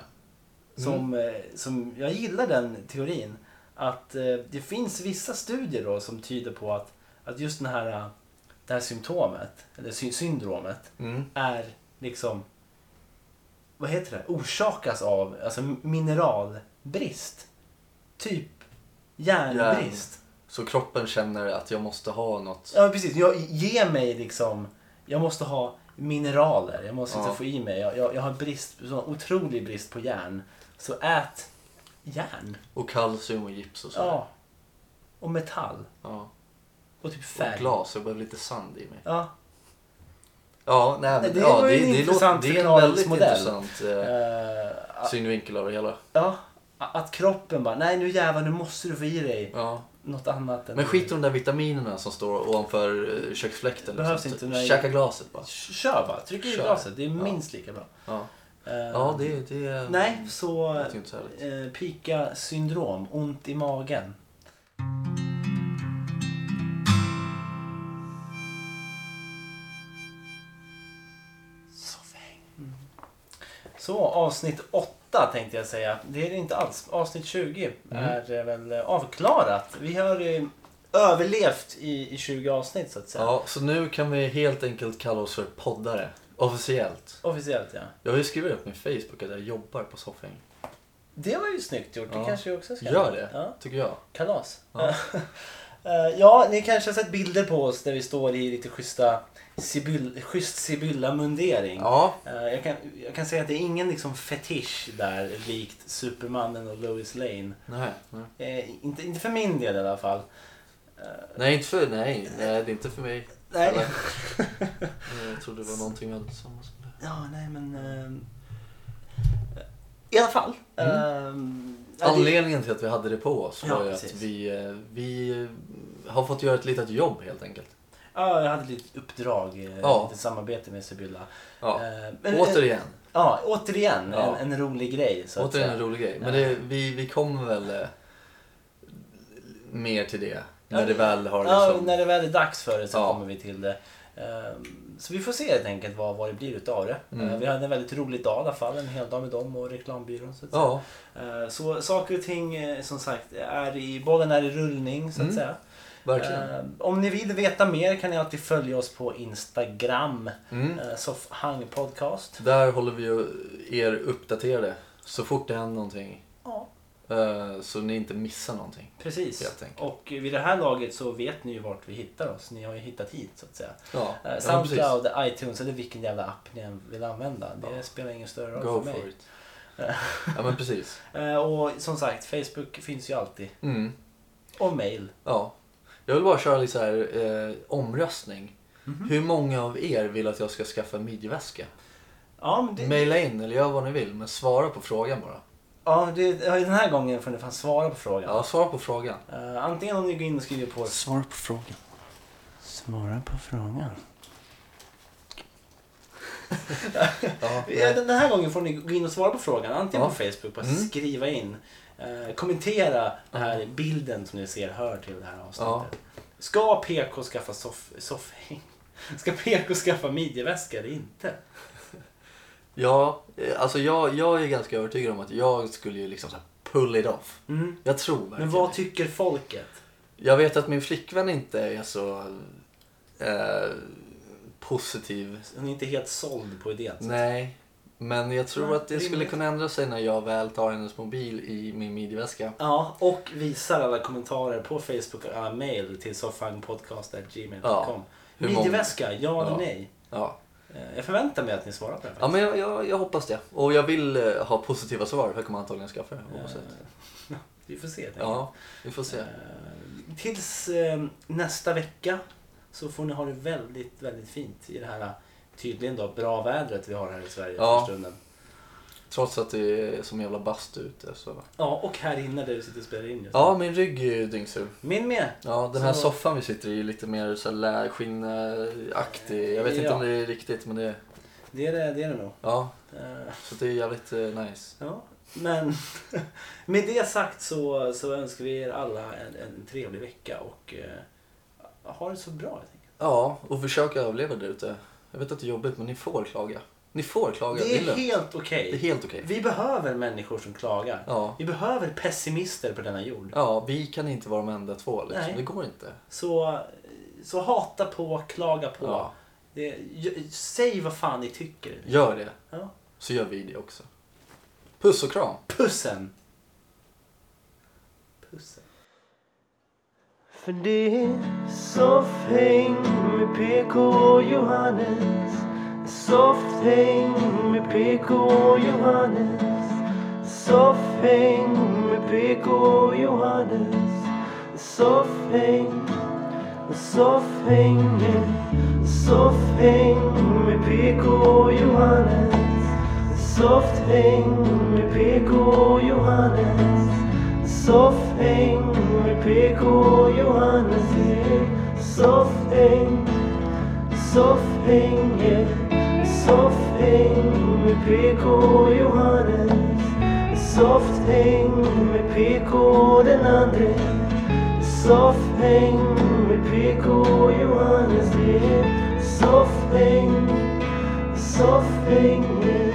Som, eh, som, jag gillar den teorin. Att eh, det finns vissa studier då som tyder på att, att just den här, eh, det här symptomet, eller sy- syndromet,
Mm.
är liksom, vad heter det, orsakas av alltså mineralbrist. Typ järnbrist.
Så kroppen känner att jag måste ha något.
Ja precis, jag, ge mig liksom, jag måste ha mineraler, jag måste
Ja.
inte få i mig, jag, jag, jag har brist, sån otrolig brist på järn. Så ät järn.
Och kalcium och gips och så.
Ja. Och metall.
Ja.
Och typ
Och
färg.
glas, jag behöver lite sand i mig.
Ja.
Ja, nej, men,
Nej, det
ja,
var ju
det,
en
det, låter,
intressant
det är en
förklaringsmodell.
väldigt intressant eh,
Eh,
synvinkel av det hela.
ja. Att kroppen bara, nej nu jävlar nu måste du få i dig
Ja.
något annat. Än
Men skit i de där vitaminerna som står ovanför eh, köksfläkten.
Behövs
liksom.
inte när-
Käka glaset bara.
Kör bara, tryck i
Kör.
glaset. Det är minst lika bra.
Ja,
Eh,
ja det, det
Nej, så...
låter ju inte så härligt.
Eh, Pika syndrom, ont i magen. Så avsnitt 8 tänkte jag säga. Det är det inte alls. Avsnitt 20
Mm.
är eh, väl eh, avklarat. Vi har eh, överlevt i, i 20 avsnitt så att säga.
Ja, så nu kan vi helt enkelt kalla oss för poddare. Officiellt.
Officiellt ja.
Jag har ju skrivit upp min Facebook att jag jobbar på Soffhäng.
Det var ju snyggt gjort. Det
Ja.
kanske vi också ska
Gör det,
Ja.
tycker jag.
Kalas.
Ja.
*laughs* Eh, ja, ni kanske har sett bilder på oss när vi står i lite schyssta Sibyl, schysst Sibylla-mundering.
Ja,
Eh, jag, kan, jag kan säga att det är ingen liksom fetisch där likt Supermannen och Lois Lane.
nej. nej.
Eh, inte, inte för min del i alla fall. Eh,
Nej, inte för, nej, nej, det är inte för mig.
Nej.
Eller? Eh, Jag trodde det var någonting vi hade tillsammans.
*laughs* Ja, nej men... eh, I alla fall.
Mm.
Ehm, ja, det-
Anledningen till att vi hade det på oss
Ja,
var ju att
precis.
vi, eh, vi eh, har fått göra ett litet jobb helt enkelt.
Ja, jag hade lite uppdrag. eh,
Ja.
Lite samarbete med Sibylla.
Ja.
Eh,
återigen,
Ja, återigen
Ja.
En, en rolig grej. Så att
återigen
säga.
en rolig grej. Men
Ja.
det, vi, vi kommer väl eh, mer till det när
Ja,
det väl har
Ja,
liksom...
när det väl är dags för det så
Ja.
kommer vi till det. Ehm, Så vi får se helt enkelt vad, vad det blir utav det.
Mm.
Ehm, Vi hade en väldigt rolig dag i alla fall. En hel dag med dem och reklambyrån. Så, att säga.
Ja,
Ehm, så saker och ting eh, som sagt är i, bollen är i rullning så att
Mm,
säga.
verkligen.
Ehm, Om ni vill veta mer kan ni alltid följa oss på Instagram.
Mm.
Mm. Soffhang podcast.
Där håller vi ju er uppdaterade så fort det händer någonting.
Ja,
eh, Så ni inte missar någonting.
precis.
Helt enkelt.
Och vid det här laget så vet ni ju vart vi hittar oss. Ni har ju hittat hit så att säga.
Ja,
Eh,
ja precis.
Soundcloud, iTunes eller vilken jävla app ni än vill använda. Det
Ja.
spelar ingen större roll
Go
för mig.
for it. Eh, Ja men precis.
Eh, Och som sagt, Facebook finns ju alltid.
Mm.
Och mail.
Ja. Jag vill bara köra lite så här eh, omröstning. Hur många av er vill att jag ska skaffa en midjeväska?
Ja, men det,
Maila in eller gör vad ni vill, men svara på frågan bara.
ja, det, ja, den här gången får ni fan svara på frågan.
Ja, svara på frågan.
Eh, antingen om ni går in och skriver på...
Svara på frågan.
Svara på frågan.
*laughs* Ja,
Ja,
nej.
Eh, den den här gången får ni gå in och svara på frågan. Antingen
Ja.
på Facebook, bara
Mm.
skriva in. Eh, kommentera den här bilden som ni ser hör till det här avsnittet. Ska PK skaffa soff- soffhäng? *laughs* Ska PK skaffa midjeväska eller inte?
ja eh, alltså jag, jag är ganska övertygad om att jag skulle ju liksom så här pull it off.
Mm.
Jag tror verkligen
Men vad
det.
tycker folket?
Jag vet att min flickvän inte är så eh, positiv.
Hon är inte helt såld på idén. så att
Nej, men jag tror
Ja,
att det skulle
rimligt.
kunna ändra sig när jag väl tar hennes mobil i min midjeväska.
Ja, och visar alla kommentarer på Facebook och alla mail till soffhangpodcast.gmail.com.
Ja, hur många-
Midjeväska, ja eller
Ja.
nej?
Ja.
Eh, Jag förväntar mig att ni svarar på det.
Ja, men jag, jag, jag hoppas det. Och jag vill eh, ha positiva svar, för jag kommer antagligen skaffa det.
Eh,
oavsett.
Vi får se. tänker jag.
Ja, vi får se.
Eh, Tills eh, nästa vecka så får ni ha det väldigt, väldigt fint i det här tydligen då bra vädret vi har här i Sverige
Ja.
för stunden.
Trots att det är som jävla bastu ute så.
Ja, och här inne där vi sitter och spelar in just nu.
Ja, min rygg är ju dyngsur.
Min med!
Ja, den här
Så-
soffan vi sitter i är lite mer så här lärskinnaktig. Jag vet inte
Ja.
om det är riktigt men det är...
Det är det, det, är det nog.
Ja,
Eh,
så det är jävligt eh, nice.
Ja, men *laughs* med det sagt så, så önskar vi er alla en, en trevlig vecka och eh, ha det så bra helt enkelt.
Ja, och försök överleva där ute. Jag vet att det är jobbigt men ni får klaga. Ni får klaga,
Det är
lugnt.
helt okej.
Det är helt okej.
Vi behöver människor som klagar.
Ja.
Vi behöver pessimister på denna jord.
Ja, vi kan inte vara de enda två liksom.
Nej.
Det går inte.
Så, så hata på, klaga på.
Ja.
Det, j- säg vad fan ni tycker.
Gör det,
Ja.
så gör vi det också. Puss och kram!
Pussen! Pussen.
För det är soffhäng med PK och Johannes Soffhäng med PK och Johannes Soffhäng med PK och Johannes Soffhäng, soffhäng Soffhäng med PK och Johannes Soffhäng med PK och Johannes Soffhäng med PK och Johannes yeah. Soffhäng Soffhäng yeah. Soffhäng med PK och Johannes Soffhäng med PK och den andre Soffhäng med PK och Johannes yeah. Soffhäng Soffhäng yeah.